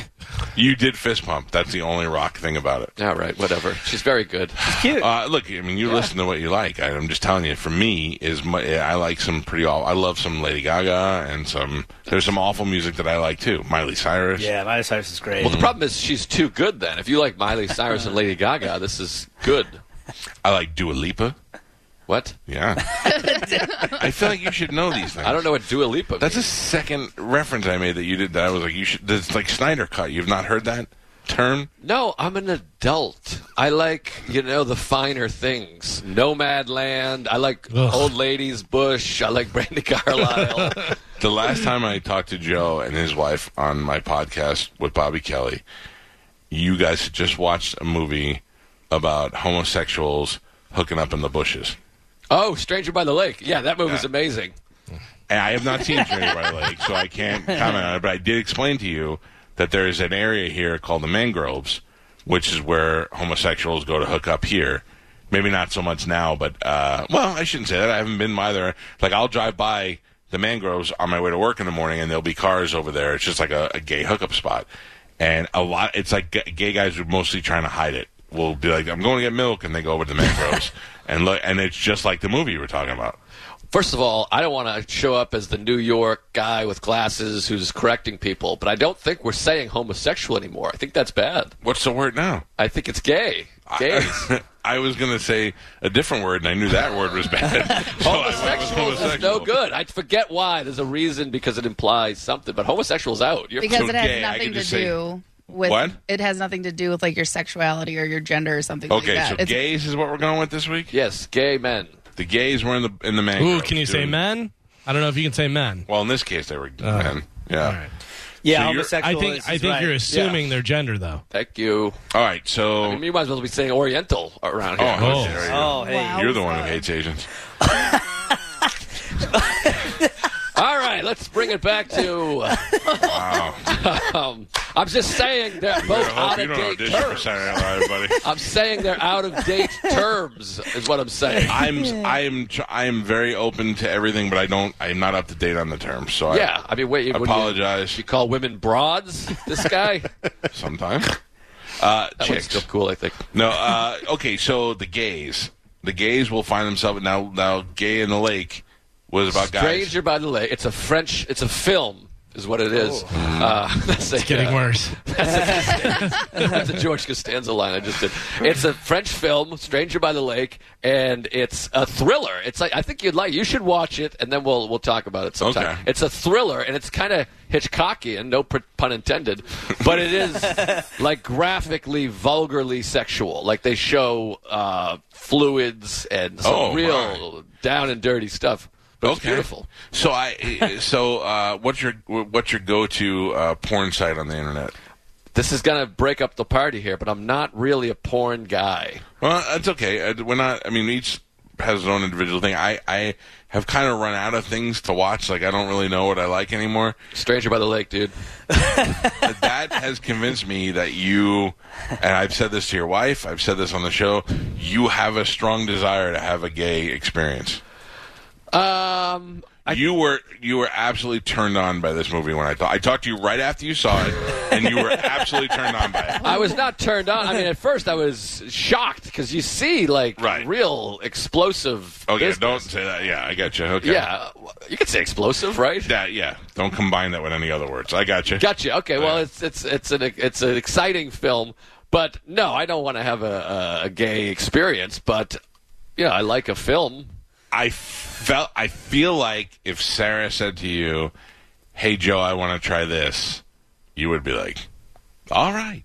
Speaker 3: You did fist pump. That's the only rock thing about it.
Speaker 4: All right, whatever. She's very good.
Speaker 7: Cute.
Speaker 3: Uh, look, I mean, you listen to what you like. I, I'm just telling you. For me, is my, I like some pretty all. I love some Lady Gaga and some. There's some awful music that I like too. Miley Cyrus.
Speaker 7: yeah, Miley Cyrus is great.
Speaker 4: Well, the problem is she's too good. Then, if you like Miley Cyrus and Lady Gaga, this is good.
Speaker 3: I like Dua Lipa.
Speaker 4: What?
Speaker 3: Yeah. I feel like you should know these things.
Speaker 4: I don't know what Dua Lipa.
Speaker 3: That's
Speaker 4: means.
Speaker 3: a second reference I made that you did that I was like, you should. That's like Snyder Cut. You've not heard that term?
Speaker 4: No, I'm an adult. I like, you know, the finer things. Nomad Land. I like
Speaker 1: Ugh.
Speaker 4: Old Ladies Bush. I like Brandy Carlisle.
Speaker 3: the last time I talked to Joe and his wife on my podcast with Bobby Kelly, you guys had just watched a movie about homosexuals hooking up in the bushes.
Speaker 4: Oh, Stranger by the Lake. Yeah, that movie's
Speaker 3: Yeah.
Speaker 4: amazing.
Speaker 3: And I have not seen Trinity by the Lake, so I can't comment on it. But I did explain to you that there is an area here called the mangroves, which is where homosexuals go to hook up here. Maybe not so much now, but uh, well, I shouldn't say that. I haven't been by there. Like I'll drive by the mangroves on my way to work in the morning, and there'll be cars over there. It's just like a, a gay hookup spot, and a lot. It's like g- gay guys are mostly trying to hide it. Will be like, I'm going to get milk, and they go over to the mangroves, and look, and it's just like the movie you were talking about.
Speaker 4: First of all, I don't want to show up as the New York guy with glasses who's correcting people, but I don't think we're saying homosexual anymore. I think that's bad.
Speaker 3: What's the word now?
Speaker 4: I think it's gay. Gays.
Speaker 3: I was going to say a different word, and I knew that word was bad. So Oh, I went with
Speaker 4: Homosexuals is no
Speaker 3: homosexual.
Speaker 4: good. I forget why. There's a reason because it implies something, but homosexual's out. You're
Speaker 7: because
Speaker 3: So
Speaker 7: it has
Speaker 3: gay, I
Speaker 7: nothing
Speaker 3: could
Speaker 7: to
Speaker 3: just say-
Speaker 7: do with
Speaker 3: What?
Speaker 7: it has nothing to do with like your sexuality or your gender or something
Speaker 3: Okay,
Speaker 7: like that.
Speaker 3: so
Speaker 7: It's-
Speaker 3: gays is what we're going with this week.
Speaker 4: Yes, gay men.
Speaker 3: The gays were in the in the man.
Speaker 1: Ooh,
Speaker 3: group,
Speaker 1: can you say
Speaker 3: dude.
Speaker 1: men? I don't know if you can say men.
Speaker 3: Well, in this case, they were men. Yeah.
Speaker 1: All right.
Speaker 8: Yeah,
Speaker 3: So you're-
Speaker 1: I
Speaker 8: homosexual.
Speaker 1: think
Speaker 8: is-
Speaker 1: I
Speaker 8: is
Speaker 1: think
Speaker 8: right.
Speaker 1: you're
Speaker 8: Yeah.
Speaker 1: assuming their gender though.
Speaker 4: Thank you.
Speaker 3: All right. So,
Speaker 4: I mean, you might as well be saying Oriental around
Speaker 3: oh,
Speaker 4: here.
Speaker 1: Oh.
Speaker 3: there you go.
Speaker 8: Oh, hey.
Speaker 7: Wow.
Speaker 3: you're the one who hates Asians.
Speaker 4: All right, let's bring it back to.
Speaker 3: Oh. Wow.
Speaker 4: Um, I'm just saying they're both
Speaker 3: I hope
Speaker 4: out
Speaker 3: you
Speaker 4: of
Speaker 3: don't
Speaker 4: date
Speaker 3: audition for
Speaker 4: terms.
Speaker 3: Saturday Night Live, buddy.
Speaker 4: I'm saying they're out of date terms, is what I'm saying.
Speaker 3: I'm I'm tr- I'm very open to everything, but I don't. I'm not up to date on the terms. So
Speaker 4: Yeah, I mean, wait.
Speaker 3: I
Speaker 4: what do you-
Speaker 3: apologize.
Speaker 4: You call women broads? This guy?
Speaker 3: I sometimes. Uh,
Speaker 4: That one's
Speaker 3: chicks.
Speaker 4: still cool, I think.
Speaker 3: No, uh, okay, so the gays. The gays will find themselves now now gay in the lake was about
Speaker 4: Stranger by the Lake. It's a French. It's a film, is what it is. Uh, that's a,
Speaker 1: Oh. Getting
Speaker 4: uh,
Speaker 1: worse.
Speaker 4: that's a George Costanza line I just did. It's a French film, Stranger by the Lake, and it's a thriller. It's like I think you'd like. You should watch it, and then we'll we'll talk about it sometime.
Speaker 3: Okay.
Speaker 4: It's a thriller, and it's kind of Hitchcockian, no pr- pun intended, but it is like graphically, vulgarly sexual. Like they show uh, fluids and some
Speaker 3: Oh,
Speaker 4: real down and dirty stuff. But
Speaker 3: guys.
Speaker 4: it's beautiful.
Speaker 3: So I so uh, what's your what's your go to uh, porn site on the internet?
Speaker 4: This is gonna break up the party here, but I'm not really a porn guy.
Speaker 3: Well, that's okay. Uh, We're not. I mean, each has its own individual thing. I I have kind of run out of things to watch. Like I don't really know what I like anymore.
Speaker 4: Stranger by the Lake, dude.
Speaker 3: But that has convinced me that you and I've said this to your wife. I've said this on the show. You have a strong desire to have a gay experience.
Speaker 4: Um,
Speaker 3: you were you were absolutely turned on by this movie when I thought I talked to you right after you saw it, and you were absolutely turned on by it.
Speaker 4: I was not turned on. I mean, at first I was shocked because you see like
Speaker 3: Right.
Speaker 4: real explosive.
Speaker 3: Okay,
Speaker 4: business.
Speaker 3: don't say that. Yeah, I got you. Okay,
Speaker 4: Yeah, you could say explosive, right?
Speaker 3: that yeah. Don't combine that with any other words. I got you.
Speaker 4: Gotcha. Okay. Well,
Speaker 3: Yeah.
Speaker 4: it's it's it's an it's an exciting film, but no, I don't want to have a, a, a gay experience. But yeah, I like a film.
Speaker 3: I felt I feel like if Sarah said to you, "Hey Joe, I want to try this," you would be like, "All right."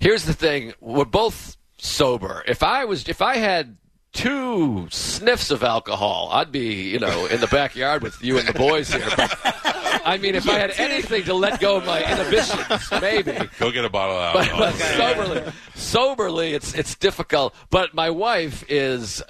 Speaker 4: Here's the thing: we're both sober. If I was, if I had two sniffs of alcohol, I'd be, you know, in the backyard with you and the boys here. But, I mean, if I had anything to let go of my inhibitions, maybe.
Speaker 3: Go get a bottle of
Speaker 4: But,
Speaker 3: alcohol.
Speaker 4: but soberly, soberly, it's it's difficult. But my wife is,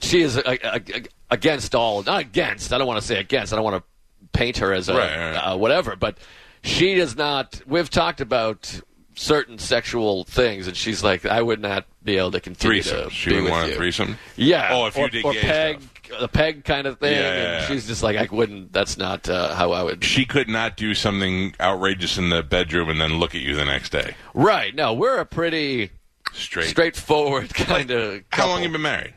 Speaker 4: she is a, a, a- against all. Not against. I don't want to say against. I don't want to paint her as a
Speaker 3: Right, right, right.
Speaker 4: uh, whatever. But she does not. We've talked about certain sexual things, and she's like, I would not be able to continue
Speaker 3: threesome.
Speaker 4: to
Speaker 3: She
Speaker 4: be
Speaker 3: would
Speaker 4: with
Speaker 3: want a
Speaker 4: you.
Speaker 3: threesome.
Speaker 4: Yeah.
Speaker 3: Oh, if
Speaker 4: or,
Speaker 3: you did
Speaker 4: or
Speaker 3: gay
Speaker 4: peg, the peg kind of thing.
Speaker 3: Yeah, yeah,
Speaker 4: and
Speaker 3: yeah.
Speaker 4: she's just like, I wouldn't. That's not uh, how I would.
Speaker 3: She could not do something outrageous in the bedroom and then look at you the next day.
Speaker 4: Right. No, we're a pretty
Speaker 3: Straight.
Speaker 4: straightforward kind of.
Speaker 3: How long you been married?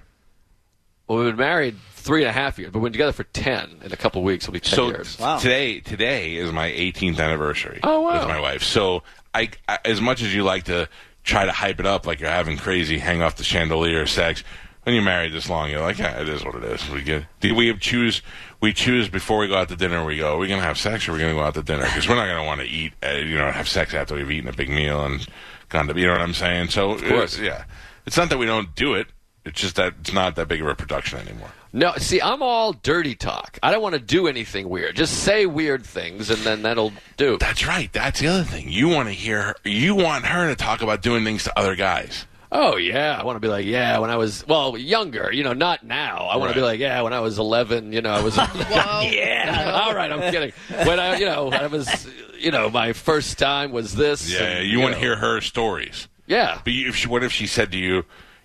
Speaker 4: Well, we've been married three and a half years, but we've been together for ten. In a couple weeks, we'll be ten
Speaker 3: so
Speaker 4: years.
Speaker 8: Wow.
Speaker 3: today today is my 18th anniversary
Speaker 4: Oh, wow.
Speaker 3: with my wife so I, I as much as you like to try to hype it up like you're having crazy hang off the chandelier sex when you're married this long you're like yeah, it is what it is we get do we choose we choose before we go out to dinner we go are we going to have sex or are we going to go out to dinner because we're not going to want to eat uh, you know have sex after we've eaten a big meal and gone to you know what i'm saying so uh, of
Speaker 4: course.
Speaker 3: yeah it's not that we don't do it it's just that it's not that big of a production anymore
Speaker 4: No, see, I'm all dirty talk. I don't want to do anything weird. Just say weird things, and then that'll do.
Speaker 3: That's right. That's the other thing. You want to hear. Her, you want her to talk about doing things to other guys.
Speaker 4: Oh yeah, I want to be like yeah. When I was well younger, you know, not now. I want
Speaker 3: Right.
Speaker 4: to be like yeah. When I was 11, you know, I was.
Speaker 7: Whoa.
Speaker 4: yeah. All right, I'm kidding. When I, you know, I was, you know, my first time was this.
Speaker 3: Yeah.
Speaker 4: and,
Speaker 3: you want to
Speaker 4: know,
Speaker 3: hear her stories.
Speaker 4: Yeah.
Speaker 3: But you, if she, what if she said to you,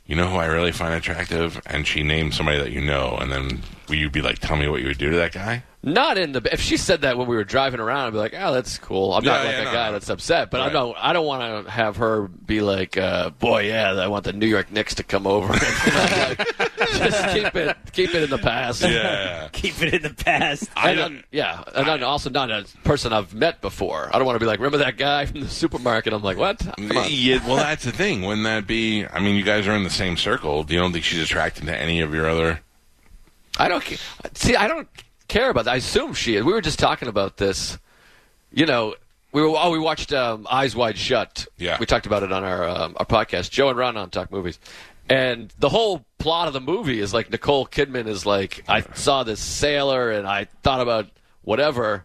Speaker 3: "You know who I really find attractive," and she named somebody that you know, and then will you be like, "Tell me what you would do to that guy"?
Speaker 4: Not in the. If she said that when we were driving around, I'd be like, "Oh, that's cool." I'm
Speaker 3: Yeah,
Speaker 4: not like
Speaker 3: yeah,
Speaker 4: a
Speaker 3: no,
Speaker 4: guy
Speaker 3: no.
Speaker 4: that's upset, but
Speaker 3: Right.
Speaker 4: I don't. I don't want to have her be like, uh, "Boy, yeah, I want the New York Knicks to come over." Like, just keep it, keep it in the past.
Speaker 3: Yeah.
Speaker 8: Keep it in the past.
Speaker 4: I don't, yeah, and then also not a person I've met before. I don't want to be like, remember that guy from the supermarket? I'm like, what? Come on.
Speaker 3: Yeah, well, that's the thing. Wouldn't that be? I mean, you guys are in the same circle. Do you don't think she's attracted to any of your other?
Speaker 4: I don't ca- see. I don't care about that. I assume she is. We were just talking about this. You know, we were. Oh, we watched um, Eyes Wide Shut.
Speaker 3: Yeah.
Speaker 4: we talked about it on our um, our podcast. Joe and Ron on Talk Movies, and the whole plot of the movie is like Nicole Kidman is like, I saw this sailor and I thought about whatever.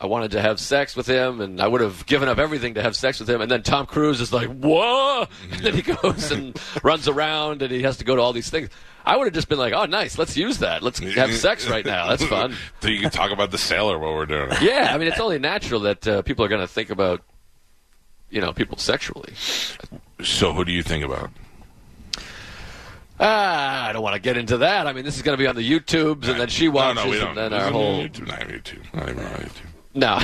Speaker 4: I wanted to have sex with him, and I would have given up everything to have sex with him. And then Tom Cruise is like, "Whoa!" And then he goes and runs around, and he has to go to all these things. I would have just been like, "Oh, nice, let's use that. Let's have sex right now. That's fun."
Speaker 3: so you can talk about the sailor while we're doing it.
Speaker 4: Yeah, I mean, it's only natural that uh, people are going to think about, you know, people sexually.
Speaker 3: So who do you think about?
Speaker 4: Ah, I don't want to get into that. I mean, this is going to be on the YouTubes, and then she watches,
Speaker 3: No, no, we don't.
Speaker 4: and then
Speaker 3: This
Speaker 4: our
Speaker 3: isn't
Speaker 4: whole
Speaker 3: YouTube, not YouTube, not even on YouTube.
Speaker 4: No.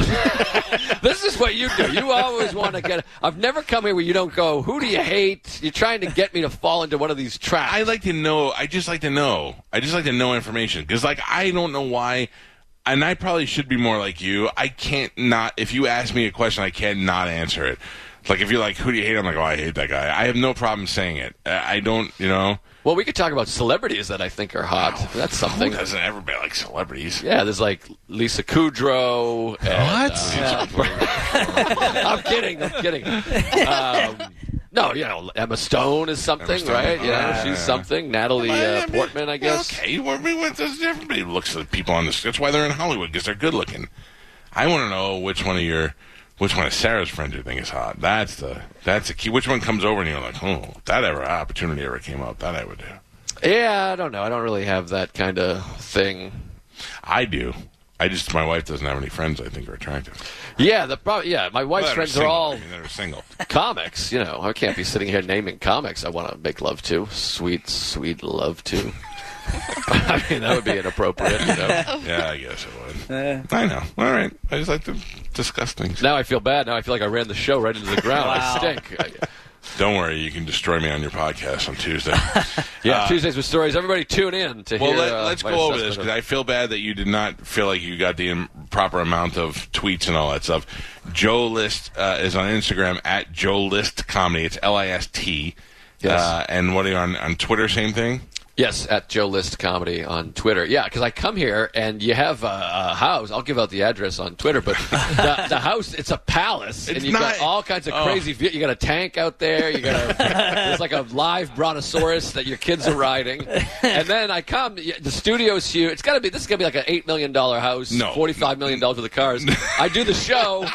Speaker 4: this is what you do. You always want to get. I've never come here where you don't go, who do you hate? You're trying to get me to fall into one of these traps.
Speaker 3: I like to know. I just like to know. I just like to know information because, like, I don't know why. And I probably should be more like you. I can't not. If you ask me a question, I can't not answer it. Like if you're like, who do you hate? I'm like, oh, I hate that guy. I have no problem saying it. I I don't, you know.
Speaker 4: well, we could talk about celebrities that I think are hot. That's
Speaker 3: Who
Speaker 4: something.
Speaker 3: doesn't everybody like celebrities?
Speaker 4: Yeah, there's like Lisa Kudrow. And,
Speaker 1: What?
Speaker 4: I'm kidding. I'm kidding. Um, no, you know, Emma Stone is something,
Speaker 3: Emma Stone.
Speaker 4: right? You know,
Speaker 3: Yeah.
Speaker 4: she's something. Natalie
Speaker 3: I
Speaker 4: uh,
Speaker 3: mean,
Speaker 4: Portman, I guess.
Speaker 3: Okay, well, I mean, what does everybody looks at people on this? That's why they're in Hollywood because they're good looking. I want to know which one of your, which one of Sarah's friends you think is hot. That's the that's the key. Which one comes over and you're like, oh, if that ever opportunity ever came up, that I would do.
Speaker 4: Yeah, I don't know. I don't really have that kind of thing.
Speaker 3: I do. I just my wife doesn't have any friends I think are attractive.
Speaker 4: Yeah, the prob- yeah, my wife's
Speaker 3: Well, that
Speaker 4: friends are
Speaker 3: single.
Speaker 4: all
Speaker 3: I mean, they're single.
Speaker 4: comics. You know, I can't be sitting here naming comics. I want to make love to sweet, sweet love to. I mean, that would be inappropriate. You know?
Speaker 3: yeah, I guess it would. I know. All right. I just like to discuss things.
Speaker 4: Now I feel bad. Now I feel like I ran the show right into the ground. I stink. I-
Speaker 3: Don't worry, you can destroy me on your podcast on Tuesday.
Speaker 4: yeah, Tuesdays with stories. Everybody tune in to
Speaker 3: Uh, Well,
Speaker 4: hear.
Speaker 3: let,
Speaker 4: uh,
Speaker 3: let's
Speaker 4: my
Speaker 3: go over this
Speaker 4: assessment
Speaker 3: because
Speaker 4: of-
Speaker 3: I feel bad that you did not feel like you got the im- proper amount of tweets and all that stuff. Joe List uh, is on Instagram at Joe List Comedy. It's L I S T.
Speaker 4: Yes.
Speaker 3: Uh, and what are you on on Twitter? Same thing.
Speaker 4: Yes, at Joe List Comedy on Twitter. Yeah, because I come here and you have a, a house. I'll give out the address on Twitter, but the, the house it's a palace, and
Speaker 3: It's
Speaker 4: you've
Speaker 3: not-
Speaker 4: got all kinds of
Speaker 3: Oh.
Speaker 4: crazy. view You got a tank out there. You got a, there's like a live brontosaurus that your kids are riding, and then I come. y- The studio's huge. It's got to be this is gonna be like an eight million dollar house.
Speaker 3: No.
Speaker 4: forty five million dollars for the cars. I do the show.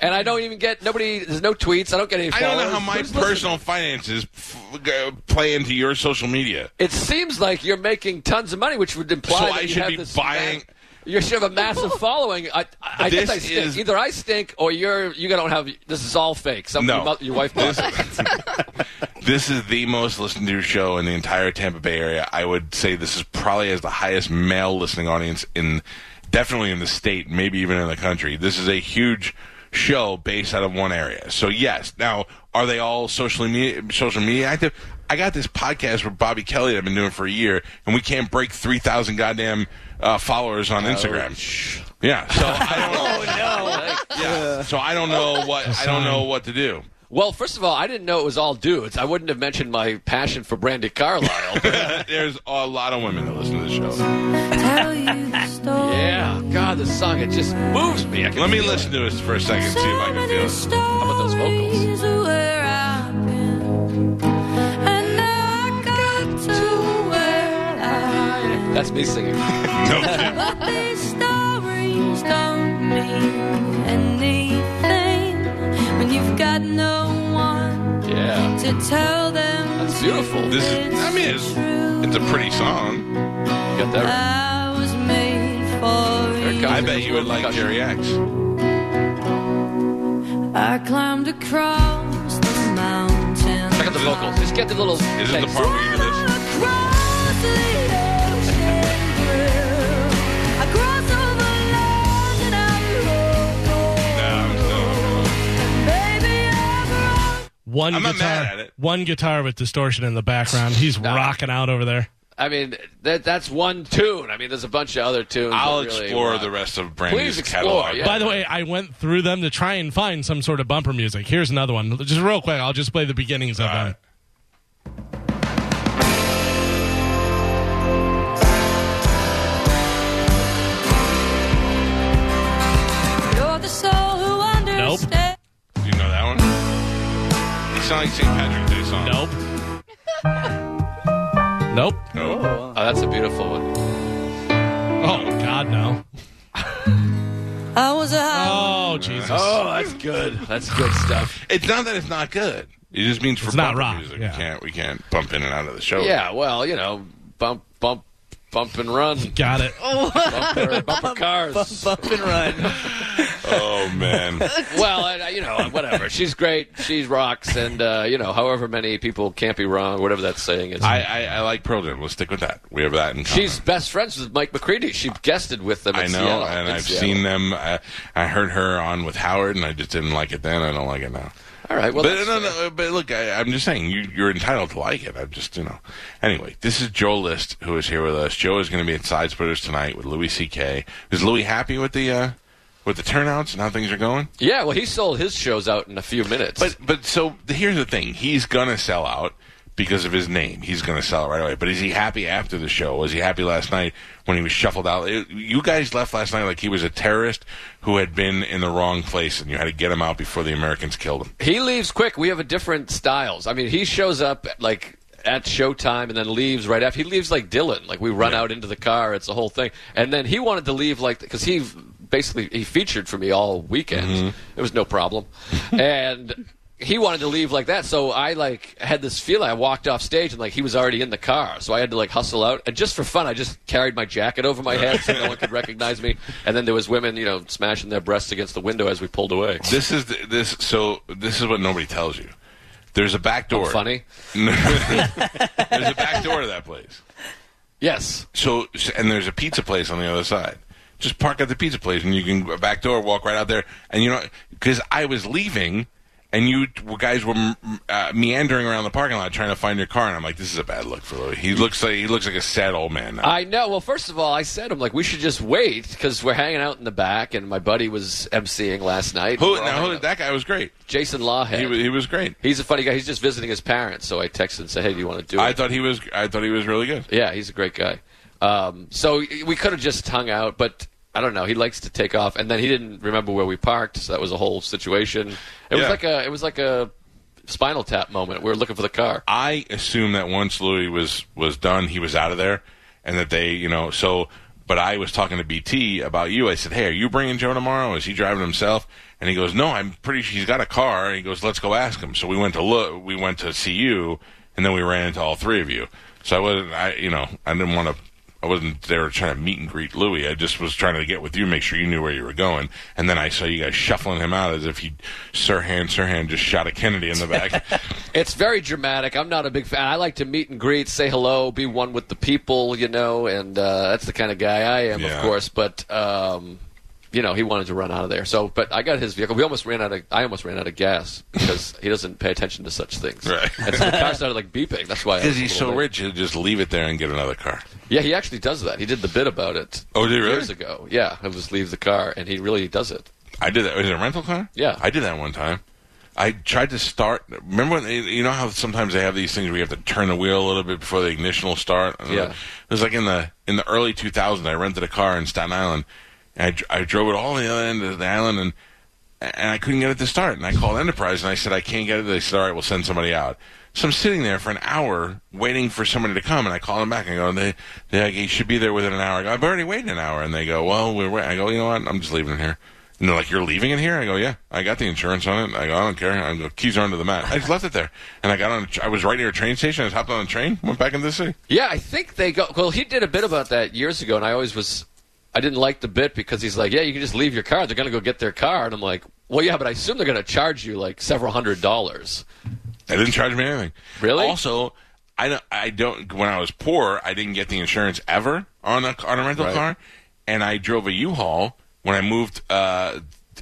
Speaker 4: And I don't even get nobody. There's no tweets. I don't get any.
Speaker 3: I don't know
Speaker 4: followers.
Speaker 3: how my
Speaker 4: Who's listening?
Speaker 3: personal finances f- g- play into your social media.
Speaker 4: It seems like you're making tons of money, which would imply
Speaker 3: So
Speaker 4: that
Speaker 3: I
Speaker 4: you
Speaker 3: should
Speaker 4: have
Speaker 3: be
Speaker 4: this
Speaker 3: buying-
Speaker 4: ma- you should have a massive following. I, I, I
Speaker 3: This
Speaker 4: guess I stink.
Speaker 3: is-
Speaker 4: Either I stink or you're you don't have. This is all fake. Some
Speaker 3: No.
Speaker 4: your, mo- your wife. bought it.
Speaker 3: This is the most listened to show in the entire Tampa Bay area. I would say this is probably has the highest male listening audience in definitely in the state, maybe even in the country. This is a huge show based out of one area. So yes, now are they all socially media, social media active? I got this podcast with Bobby Kelly that I've been doing for a year, and we can't break three thousand goddamn uh, followers on Instagram. Yeah, so I don't know. yeah, so I don't know what I don't know what to do.
Speaker 4: Well, first of all, I didn't know it was all dudes. I wouldn't have mentioned my passion for Brandy Carlisle.
Speaker 3: There's a lot of women that listen to the show.
Speaker 5: Tell you the story.
Speaker 4: yeah, God, this song it just moves me. I can
Speaker 3: Let me
Speaker 4: feel it.
Speaker 3: listen to it for a second, see if I can feel it.
Speaker 5: How
Speaker 4: about those vocals?
Speaker 5: Where I've been, and now I got to where I
Speaker 4: That's me singing.
Speaker 3: No,
Speaker 5: But these stories don't mean anything when you've got no one
Speaker 4: Yeah.
Speaker 5: to tell them.
Speaker 4: That's beautiful.
Speaker 3: this is. I mean, it's, it's a pretty song.
Speaker 4: You got that right.
Speaker 5: I was made for
Speaker 4: There it
Speaker 5: you.
Speaker 4: comes.
Speaker 3: I bet you would like Jerry X.
Speaker 5: I climbed across the mountain.
Speaker 4: Check out the vocals. Just get the little.
Speaker 3: This is the
Speaker 4: text.
Speaker 3: part where you do this.
Speaker 5: Across the ocean blue. I cross over lands and I
Speaker 3: No,
Speaker 5: roam.
Speaker 3: no, no.
Speaker 5: Baby, I grow.
Speaker 1: One
Speaker 3: I'm not
Speaker 1: guitar,
Speaker 3: mad at it.
Speaker 1: one guitar with distortion in the background. He's rocking out over there.
Speaker 4: I mean, that that's one tune. I mean, there's a bunch of other tunes.
Speaker 3: I'll
Speaker 4: that really
Speaker 3: explore
Speaker 4: rock.
Speaker 3: the rest of Brandy's
Speaker 4: Please explore,
Speaker 3: catalog.
Speaker 4: yeah.
Speaker 1: By the way, I went through them to try and find some sort of bumper music. Here's another one. Just real quick, I'll just play the beginnings of
Speaker 3: All
Speaker 1: them.
Speaker 3: right.
Speaker 5: You're the soul who understands.
Speaker 3: Do you know that one? It sounds like St. Patrick's Day song.
Speaker 1: Nope. nope.
Speaker 3: No.
Speaker 4: Oh, that's a beautiful one.
Speaker 1: Oh God, no.
Speaker 5: I was a high
Speaker 1: Oh Jesus.
Speaker 4: Oh, that's good. That's good stuff.
Speaker 3: It's not that it's not good. It just means for
Speaker 1: It's not
Speaker 3: bumper
Speaker 1: rock,
Speaker 3: music.
Speaker 1: yeah.
Speaker 3: We can't we can't bump in and out of the show.
Speaker 4: Yeah. Well, you know, bump, bump, bump and run.
Speaker 1: Got it.
Speaker 4: Bumper, bumper cars.
Speaker 8: Bump and run.
Speaker 3: Oh man.
Speaker 4: well, I, I- you know, whatever. She's great. She's rocks, and uh, you know, however many people can't be wrong, whatever that saying is.
Speaker 3: I, I, I like Pearl Jam. Let's stick with that. We have that in common.
Speaker 4: She's best friends with Mike McCready. She guested with them. In
Speaker 3: I know,
Speaker 4: Seattle,
Speaker 3: and
Speaker 4: in
Speaker 3: I've
Speaker 4: Seattle.
Speaker 3: seen them. I, I heard her on with Howard, and I just didn't like it then. I don't like it now.
Speaker 4: All right. Well,
Speaker 3: but
Speaker 4: that's
Speaker 3: no,
Speaker 4: fair.
Speaker 3: no, but look, I, I'm just saying you, you're entitled to like it. I'm just, you know. Anyway, this is Joe List who is here with us. Joe is going to be at Sidesplitters tonight with Louis C.K. Is Louis happy with the uh, with the turnouts and how things are going?
Speaker 4: Yeah. Well, he sold his shows out in a few minutes.
Speaker 3: But but so th- here's the thing: he's gonna sell out because of his name. He's gonna sell it right away. But is he happy after the show? Was he happy last night when he was shuffled out? It- you guys left last night like he was a terrorist who had been in the wrong place, and you had to get him out before the Americans killed him.
Speaker 4: He leaves quick. We have a different styles. I mean, he shows up like at showtime and then leaves right after. He leaves like Dylan. Like we run out into the car. It's a whole thing. And then he wanted to leave like because he basically he featured for me all weekend.
Speaker 3: Mm-hmm.
Speaker 4: It was no problem. and he wanted to leave like that. So I like had this feeling. I walked off stage and like he was already in the car. So I had to like hustle out. And just for fun, I just carried my jacket over my head so no one could recognize me. And then there was women, you know, smashing their breasts against the window as we pulled away.
Speaker 3: This is the, this. So this is what nobody tells you. There's a back door.
Speaker 4: Funny.
Speaker 3: There's a back door to that place.
Speaker 4: Yes.
Speaker 3: So s- and there's a pizza place on the other side. Just park at the pizza place, and you can go back door, walk right out there, and you know because I was leaving, and you t- guys were mm, uh, meandering around the parking lot trying to find your car, and I'm like, this is a bad look for Louis. He looks like he looks like a sad old man. Now.
Speaker 4: I know. Well, first of all, I said I'm like we should just wait because we're hanging out in the back, and my buddy was emceeing last night.
Speaker 3: who
Speaker 4: We're all
Speaker 3: now?
Speaker 4: hanging
Speaker 3: Who,
Speaker 4: out.
Speaker 3: that guy was great.
Speaker 4: Jason Lawhead.
Speaker 3: He was, he was great.
Speaker 4: he's a funny guy. He's just visiting his parents, so I texted and said, "Hey, do you want to do it?"
Speaker 3: I thought he was. I thought he was really good.
Speaker 4: yeah, he's a great guy. Um, so we could have just hung out, but I don't know. He likes to take off, and then he didn't remember where we parked, so that was a whole situation. It was
Speaker 3: Yeah.
Speaker 4: like a it was like a Spinal Tap moment. We were looking for the car.
Speaker 3: I assume that once Louis was was done, he was out of there, and that they, you know, so. But I was talking to BT about you. I said, "Hey, are you bringing Joe tomorrow? Is he driving himself?" And he goes, "No, I'm pretty sure he's got a car." And he goes, "Let's go ask him." So we went to look. We went to see you, and then we ran into all three of you. So I wasn't, I you know, I didn't want to. I wasn't there trying to meet and greet Louis. I just was trying to get with you, make sure you knew where you were going. And then I saw you guys shuffling him out as if you, Sirhan, Sirhan just shot a Kennedy in the back.
Speaker 4: It's very dramatic. I'm not a big fan. I like to meet and greet, say hello, be one with the people, you know, and uh, that's the kind of guy I am,
Speaker 3: Yeah.
Speaker 4: of course. But um, you know, he wanted to run out of there. So, but I got his vehicle. We almost ran out of. I almost ran out of gas because he doesn't pay attention to such things.
Speaker 3: Right.
Speaker 4: And so the car started like beeping. That's why. I
Speaker 3: Because
Speaker 4: was a
Speaker 3: he's
Speaker 4: little
Speaker 3: so
Speaker 4: late.
Speaker 3: rich, he'll just leave it there and get another car.
Speaker 4: Yeah, he actually does that. He did the bit about it.
Speaker 3: Oh, did he really?
Speaker 4: Years ago. Yeah, he'll just leave the car, and he really does it.
Speaker 3: I did that. Was it a rental car?
Speaker 4: Yeah.
Speaker 3: I did that one time. I tried to start. Remember when they, you know how sometimes they have these things where you have to turn the wheel a little bit before the ignition will start. I don't know.
Speaker 4: Yeah.
Speaker 3: It was like in the in the early 2000s. I rented a car in Staten Island, and I, dr- I drove it all the other end of the island, and and I couldn't get it to start. And I called Enterprise and I said, I can't get it. They said, all right, we'll send somebody out. So I'm sitting there for an hour waiting for somebody to come, and I call them back and I go, they, they like, you should be there within an hour. I go, I've already waited an hour, and they go, well, we're. Wait. I go, you know what? I'm just leaving it here. And they're like, you're leaving it here? I go, yeah. I got the insurance on it. I go, I don't care. I go, keys are under the mat. I just left it there, and I got on. a tr- I was right near a train station. I just hopped on a train, went back into the city.
Speaker 4: Yeah, I think they go. Well, he did a bit about that years ago, and I always was. I didn't like the bit because he's like, "Yeah, you can just leave your car. They're going to go get their car," and I'm like, "Well, yeah, but I assume they're going to charge you like several hundred dollars."
Speaker 3: They didn't charge me anything.
Speaker 4: Really?
Speaker 3: Also, I don't. I don't. When I was poor, I didn't get the insurance ever on a on a rental
Speaker 4: Right.
Speaker 3: car, and I drove a U-Haul when I moved uh,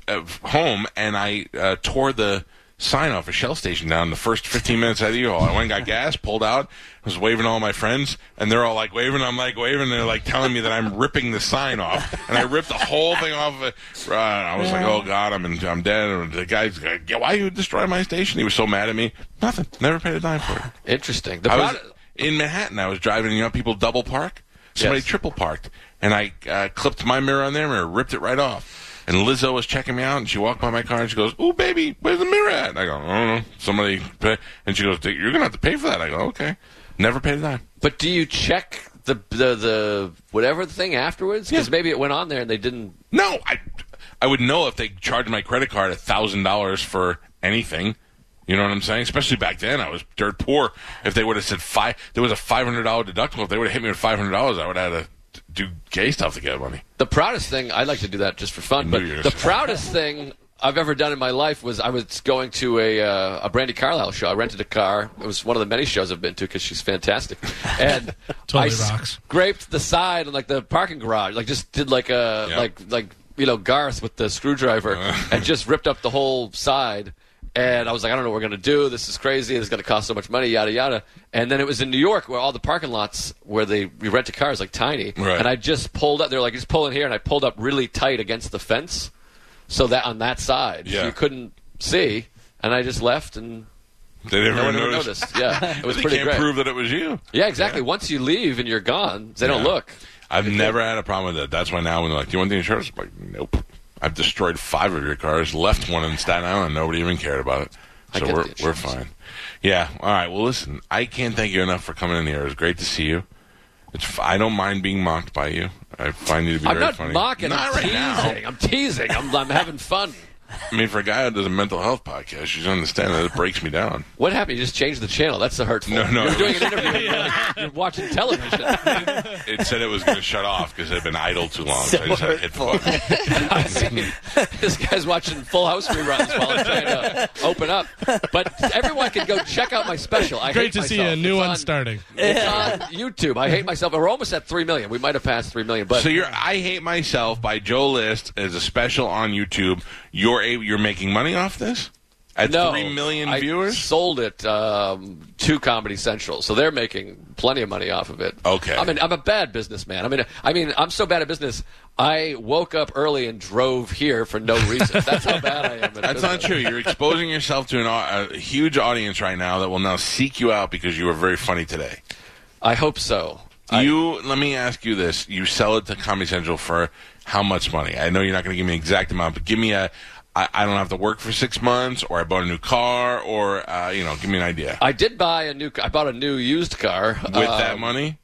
Speaker 3: uh, home, and I uh, tore the sign off a shell station down the first 15 minutes out of the U-Haul. I went and got gas, pulled out, was waving to all my friends, and they're all like waving. I'm like waving. They're like telling me that I'm ripping the sign off, and I ripped the whole thing off. Of it. Right, I was like, oh god, I'm in, I'm dead. And the guy's like, "Yeah, why you destroy my station? He was so mad at me. Nothing. Never paid a dime for it.
Speaker 4: Interesting. The
Speaker 3: I was
Speaker 4: product-
Speaker 3: in Manhattan. I was driving, you know, people double park. Somebody
Speaker 4: Yes.
Speaker 3: triple parked, and I uh, clipped my mirror on their mirror, ripped it right off. And Lizzo was checking me out, and she walked by my car, and she goes, "Ooh, baby, where's the mirror at?" And I go, "I don't know. Somebody." Pay. And she goes, "You're gonna have to pay for that." I go, "Okay." Never paid a dime.
Speaker 4: But do you check the the, the whatever thing afterwards? Because
Speaker 3: Yeah.
Speaker 4: maybe it went on there and they didn't.
Speaker 3: No, I, I would know if they charged my credit card thousand dollars for anything. You know what I'm saying? Especially back then, I was dirt poor. If they would have said five, there was a five hundred dollar deductible. If they would have hit me with five hundred dollars, I would have had to do gay stuff to get money.
Speaker 4: The proudest thing I'd like to do that just for fun.
Speaker 3: knew
Speaker 4: But
Speaker 3: you were
Speaker 4: the
Speaker 3: gonna say-
Speaker 4: proudest thing I've ever done in my life was I was going to a uh, a Brandy Carlisle show. I rented a car. It was one of the many shows I've been to because she's fantastic. And
Speaker 1: Totally
Speaker 4: I s-
Speaker 1: rocks.
Speaker 4: scraped the side and like the parking garage. Like just did like a
Speaker 3: Yeah. Uh-huh.
Speaker 4: like like you know Garth with the screwdriver and just ripped up the whole side. And I was like, I don't know what we're gonna do. This is crazy. This is gonna cost so much money. Yada yada. And then it was in New York where all the parking lots where they you rent a car is like tiny.
Speaker 3: Right.
Speaker 4: And I just pulled up. They're like, just pull in here, and I pulled up really tight against the fence, so that on that side so
Speaker 3: Yeah.
Speaker 4: you couldn't see. And I just left, and
Speaker 3: They never
Speaker 4: no one ever
Speaker 3: noticed.
Speaker 4: noticed. Yeah, it was
Speaker 3: they
Speaker 4: pretty
Speaker 3: can't
Speaker 4: great.
Speaker 3: prove that it was you.
Speaker 4: yeah, exactly. Once you leave and you're gone, they don't
Speaker 3: Yeah.
Speaker 4: look.
Speaker 3: I've never had a problem with that. That's why now when they're like, "Do you want the insurance?" I'm like, "Nope." I've destroyed five of your cars, left one in Staten Island. Nobody even cared about it.
Speaker 4: I
Speaker 3: So
Speaker 4: get
Speaker 3: we're
Speaker 4: the
Speaker 3: we're
Speaker 4: insurance.
Speaker 3: fine. Yeah. All right. Well, listen. I can't thank you enough for coming in here. It was great to see you. It's f- I don't mind being mocked by you. I find you to be
Speaker 4: I'm
Speaker 3: very
Speaker 4: not
Speaker 3: funny.
Speaker 4: mocking.
Speaker 3: Not
Speaker 4: I'm
Speaker 3: right
Speaker 4: teasing.
Speaker 3: now.
Speaker 4: I'm teasing. I'm, I'm having fun.
Speaker 3: I mean, for a guy who does a mental health podcast, you don't understand that it breaks me down.
Speaker 4: What happened? You just changed the channel. That's the hurtful.
Speaker 3: No, no,
Speaker 4: You're
Speaker 3: it
Speaker 4: doing an interview. You're watching television.
Speaker 3: It said it was going to shut off because it had been idle too long. So, I just had to hit the button.
Speaker 4: I see. this guy's watching Full House reruns while I'm trying to open up. But everyone can go check out my special. I
Speaker 1: Great
Speaker 4: hate
Speaker 1: to see
Speaker 4: myself.
Speaker 1: a new
Speaker 4: It's
Speaker 1: one
Speaker 4: on-
Speaker 1: starting.
Speaker 4: It's on YouTube. I hate myself. We're almost at three million. We might have passed three million. But
Speaker 3: so your "I Hate Myself" by Joe List is a special on YouTube. You're a, you're making money off this at
Speaker 4: no,
Speaker 3: three million
Speaker 4: I
Speaker 3: viewers.
Speaker 4: sold it um, to Comedy Central, so they're making plenty of money off of it.
Speaker 3: Okay.
Speaker 4: I mean, I'm a bad businessman. I mean, I mean, I'm so bad at business. I woke up early and drove here for no reason. That's how bad I am. At
Speaker 3: That's
Speaker 4: business.
Speaker 3: not true. You're exposing yourself to an, au- a huge audience right now that will now seek you out because you were very funny today.
Speaker 4: I hope so. I-
Speaker 3: you let me ask you this: You sell it to Comedy Central for how much money? I know you're not going to give me an exact amount, but give me a. I, I don't have to work for six months, or I bought a new car, or uh, you know, give me an idea.
Speaker 4: I did buy a new. I bought a new used car um,
Speaker 3: With that money,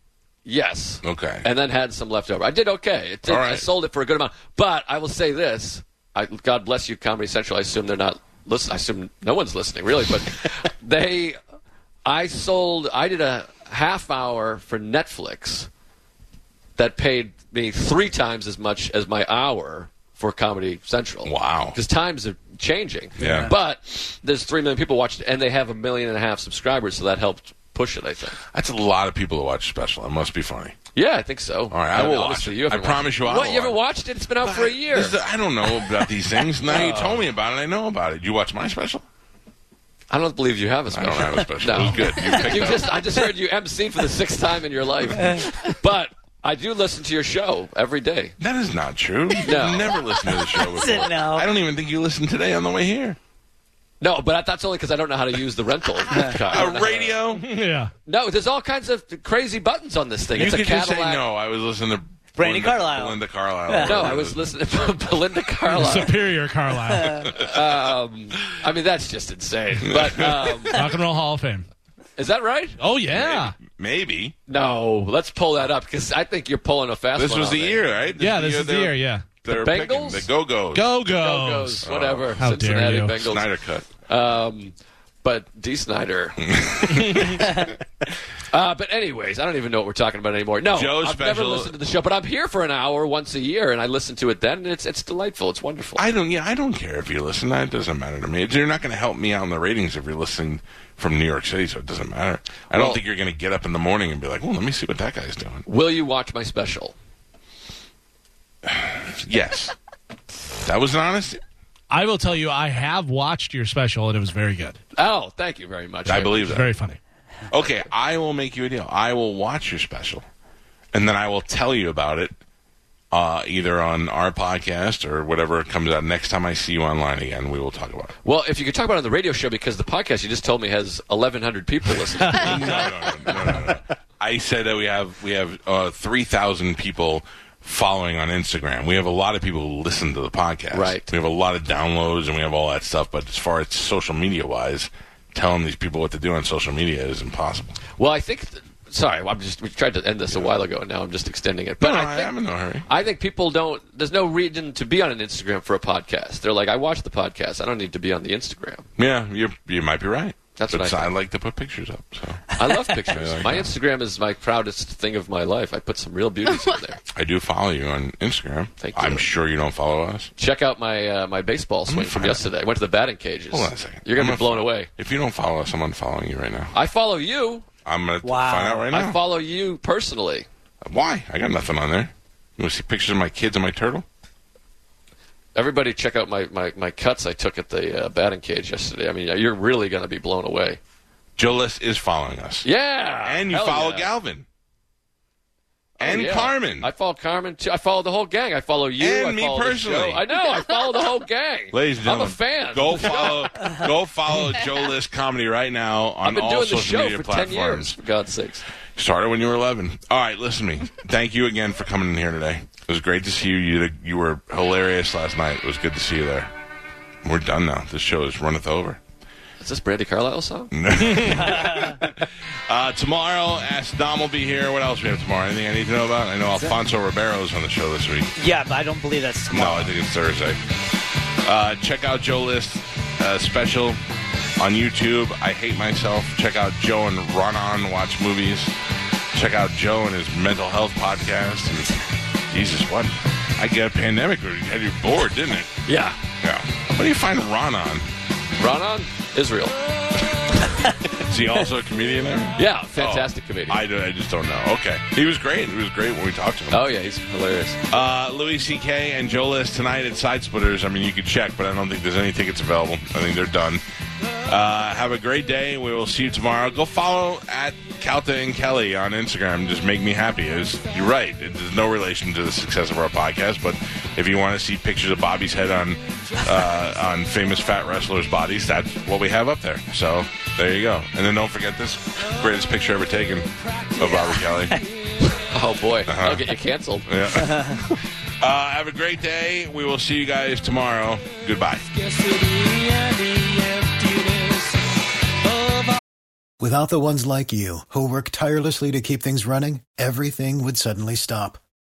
Speaker 4: Yes.
Speaker 3: okay.
Speaker 4: And then had some left over. I did okay. It did,
Speaker 3: All
Speaker 4: I
Speaker 3: right.
Speaker 4: sold it for a good amount. But I will say this: I, God bless you, Comedy Central. I assume they're not listen. I assume no one's listening, really. But they, I sold. I did a half hour for Netflix that paid me three times as much as my hour for Comedy Central.
Speaker 3: Wow.
Speaker 4: Because times are changing.
Speaker 3: Yeah.
Speaker 4: But there's three million people watched, it, and they have a million and a half subscribers, so that helped push it. I think.
Speaker 3: That's a lot of people to watch special. It must be funny.
Speaker 4: Yeah, I think so. All
Speaker 3: right, I will watch it. I promise you I
Speaker 4: what,
Speaker 3: will
Speaker 4: You haven't
Speaker 3: watch
Speaker 4: watched it? It's been out for a year.
Speaker 3: This is- I don't know about these things. Now you told me about it. I know about it. You watch my special?
Speaker 4: I don't believe you have a
Speaker 3: I
Speaker 4: special.
Speaker 3: don't have a special.
Speaker 4: No.
Speaker 3: It was good. You picked
Speaker 4: You
Speaker 3: up.
Speaker 4: just, I just heard you MC for the sixth time in your life. But I do listen to your show every day.
Speaker 3: That is not true.
Speaker 4: No.
Speaker 3: You never listened to the show before.
Speaker 8: no.
Speaker 3: I don't even think you listened today on the way here.
Speaker 4: No, but that's only because I don't know how to use the rental car.
Speaker 3: A radio?
Speaker 1: Yeah.
Speaker 4: No, there's all kinds of crazy buttons on this thing.
Speaker 3: You
Speaker 4: it's a
Speaker 3: could just
Speaker 4: Cadillac.
Speaker 3: say no. I was listening to
Speaker 8: Brandy
Speaker 3: Belinda-
Speaker 8: Carlisle.
Speaker 3: Belinda Carlisle.
Speaker 4: No, I was listening to Belinda Carlisle.
Speaker 1: Superior Carlisle,
Speaker 4: Um, I mean, that's just insane. But um,
Speaker 1: Rock and Roll Hall of Fame.
Speaker 4: is that right?
Speaker 1: Oh yeah,
Speaker 3: Maybe.
Speaker 4: No, let's pull that up because I think you're pulling a fast
Speaker 3: This
Speaker 4: one
Speaker 3: was
Speaker 4: on
Speaker 3: the
Speaker 4: there.
Speaker 3: year, right?
Speaker 1: yeah. This is the
Speaker 3: they
Speaker 1: year.
Speaker 3: were-
Speaker 1: Yeah,
Speaker 3: They were
Speaker 4: The
Speaker 3: picking
Speaker 4: Bengals?
Speaker 3: the Go-Go's.
Speaker 1: go
Speaker 4: Go-Goes,
Speaker 1: goes.
Speaker 4: whatever.
Speaker 1: How dare
Speaker 4: Cincinnati
Speaker 1: you.
Speaker 4: Bengals.
Speaker 3: Oh. Snyder Cut.
Speaker 4: Um, but D. Snyder. uh, but anyways, I don't even know what we're talking about anymore. No,
Speaker 3: Joe's
Speaker 4: I've never
Speaker 3: special-
Speaker 4: listened to the show, but I'm here for an hour once a year, and I listen to it then, and it's it's delightful. It's wonderful.
Speaker 3: I don't. Yeah, I don't care if you listen. It doesn't matter to me. You're not going to help me out in the ratings if you're listening from New York City, so it doesn't matter. I
Speaker 4: Well-
Speaker 3: don't think you're going to get up in the morning and be like, "Well, let me see what that guy's doing."
Speaker 4: Will you watch my special?
Speaker 3: Yes, that was an honest.
Speaker 1: I will tell you, I have watched your special and it was very good,
Speaker 4: Oh, thank you very much.
Speaker 3: I believe that.
Speaker 1: very funny.
Speaker 3: Okay, I will make you a deal. I will watch your special, and then I will tell you about it, uh, either on our podcast or whatever comes out next time I see you online again. We will talk about it.
Speaker 4: Well, if you could talk about it on the radio show, because the podcast you just told me has 1,100 people listening.
Speaker 3: no, no, no, no, no, no. I said that we have we have uh, three thousand people following on Instagram. We have a lot of people who listen to the podcast.
Speaker 4: Right.
Speaker 3: We have a lot of downloads and we have all that stuff. But as far as social media wise, telling these people what to do on social media is impossible.
Speaker 4: well, I think. Th- sorry, well, I'm just we tried to end this a while ago, and now I'm just extending it. But
Speaker 3: no,
Speaker 4: I think
Speaker 3: am in no hurry.
Speaker 4: I think people don't. There's no reason to be on an Instagram for a podcast. They're like, I watch the podcast. I don't need to be on the Instagram.
Speaker 3: Yeah, you you might be right.
Speaker 4: That's
Speaker 3: but
Speaker 4: what I
Speaker 3: so
Speaker 4: think.
Speaker 3: like to put pictures up. So
Speaker 4: I love pictures.
Speaker 3: Yeah,
Speaker 4: my
Speaker 3: yeah.
Speaker 4: Instagram is my proudest thing of my life. I put some real beauties in there.
Speaker 3: I do follow you on Instagram.
Speaker 4: Thank
Speaker 3: I'm
Speaker 4: you.
Speaker 3: sure you don't follow us.
Speaker 4: Check out my uh, my baseball swing from
Speaker 3: find-
Speaker 4: yesterday. I went to the batting cages.
Speaker 3: Hold on a second.
Speaker 4: You're gonna
Speaker 3: I'm
Speaker 4: be blown
Speaker 3: fo-
Speaker 4: away.
Speaker 3: If you don't follow us, I'm unfollowing you right now.
Speaker 4: I follow you.
Speaker 3: I'm gonna
Speaker 8: Wow.
Speaker 3: find out right now.
Speaker 4: I follow you personally.
Speaker 3: Why? I got nothing on there. You want to see pictures of my kids and my turtle?
Speaker 4: Everybody, check out my, my, my cuts I took at the uh, batting cage yesterday. I mean, you're really going to be blown away.
Speaker 3: Joe List is following us.
Speaker 4: Yeah,
Speaker 3: And you
Speaker 4: Hell
Speaker 3: follow
Speaker 4: yeah.
Speaker 3: Galvin.
Speaker 4: Oh,
Speaker 3: And
Speaker 4: yeah.
Speaker 3: Carmen.
Speaker 4: I follow Carmen too. I follow the whole gang. I follow you.
Speaker 3: And
Speaker 4: I
Speaker 3: me
Speaker 4: follow the
Speaker 3: personally.
Speaker 4: show. I know. I follow the whole gang.
Speaker 3: Ladies and
Speaker 4: I'm a
Speaker 3: gentlemen,
Speaker 4: fan.
Speaker 3: go follow go follow Joe List comedy right now on
Speaker 4: I've been
Speaker 3: all
Speaker 4: doing
Speaker 3: social
Speaker 4: the show
Speaker 3: media
Speaker 4: for
Speaker 3: platforms.
Speaker 4: ten years. For God's sakes.
Speaker 3: Started when you were 11. All right, listen to me. Thank you again for coming in here today. It was great to see you. You, you were hilarious last night. It was good to see you there. We're done now. This show is runneth over.
Speaker 4: Is this Brandy Carlisle song?
Speaker 3: Mm. Uh, tomorrow, Ask Dom will be here. What else we have tomorrow? Anything I need to know about? I know Alfonso Ribeiro's on the show this week.
Speaker 8: Yeah, but I don't believe that's
Speaker 3: No,
Speaker 8: tomorrow.
Speaker 3: I think it's Thursday. Uh, check out Joe List uh, special on YouTube. I hate myself. Check out Joe and Run On watch movies. Check out Joe and his mental health podcast. And Jesus, what? I get a pandemic or had you bored, didn't it?
Speaker 4: Yeah.
Speaker 3: Yeah. What do you find Ron on?
Speaker 4: Ronan Israel.
Speaker 3: Is he also a comedian? There?
Speaker 4: Yeah, fantastic comedian.
Speaker 3: I, do- I just don't know. Okay, he was great. He was great when we talked to him.
Speaker 4: oh yeah, he's hilarious.
Speaker 3: Uh, Louis C.K. and Joe List tonight at Side Splitters. I mean, you could check, but I don't think there's any tickets available. I think they're done. Uh, have a great day. We will see you tomorrow. Go follow at Calta and Kelly on Instagram. Just make me happy. It was- you're right. It, there's no relation to the success of our podcast, but if you want to see pictures of Bobby's head on uh, on famous fat wrestlers' bodies, that's what we have up there. So there you go. And then don't forget this greatest picture ever taken of Bobby Kelly.
Speaker 4: Oh boy, I'll get you canceled.
Speaker 3: Yeah. uh, have a great day. We will see you guys tomorrow. Goodbye.
Speaker 9: Without the ones like you, who work tirelessly to keep things running, everything would suddenly stop.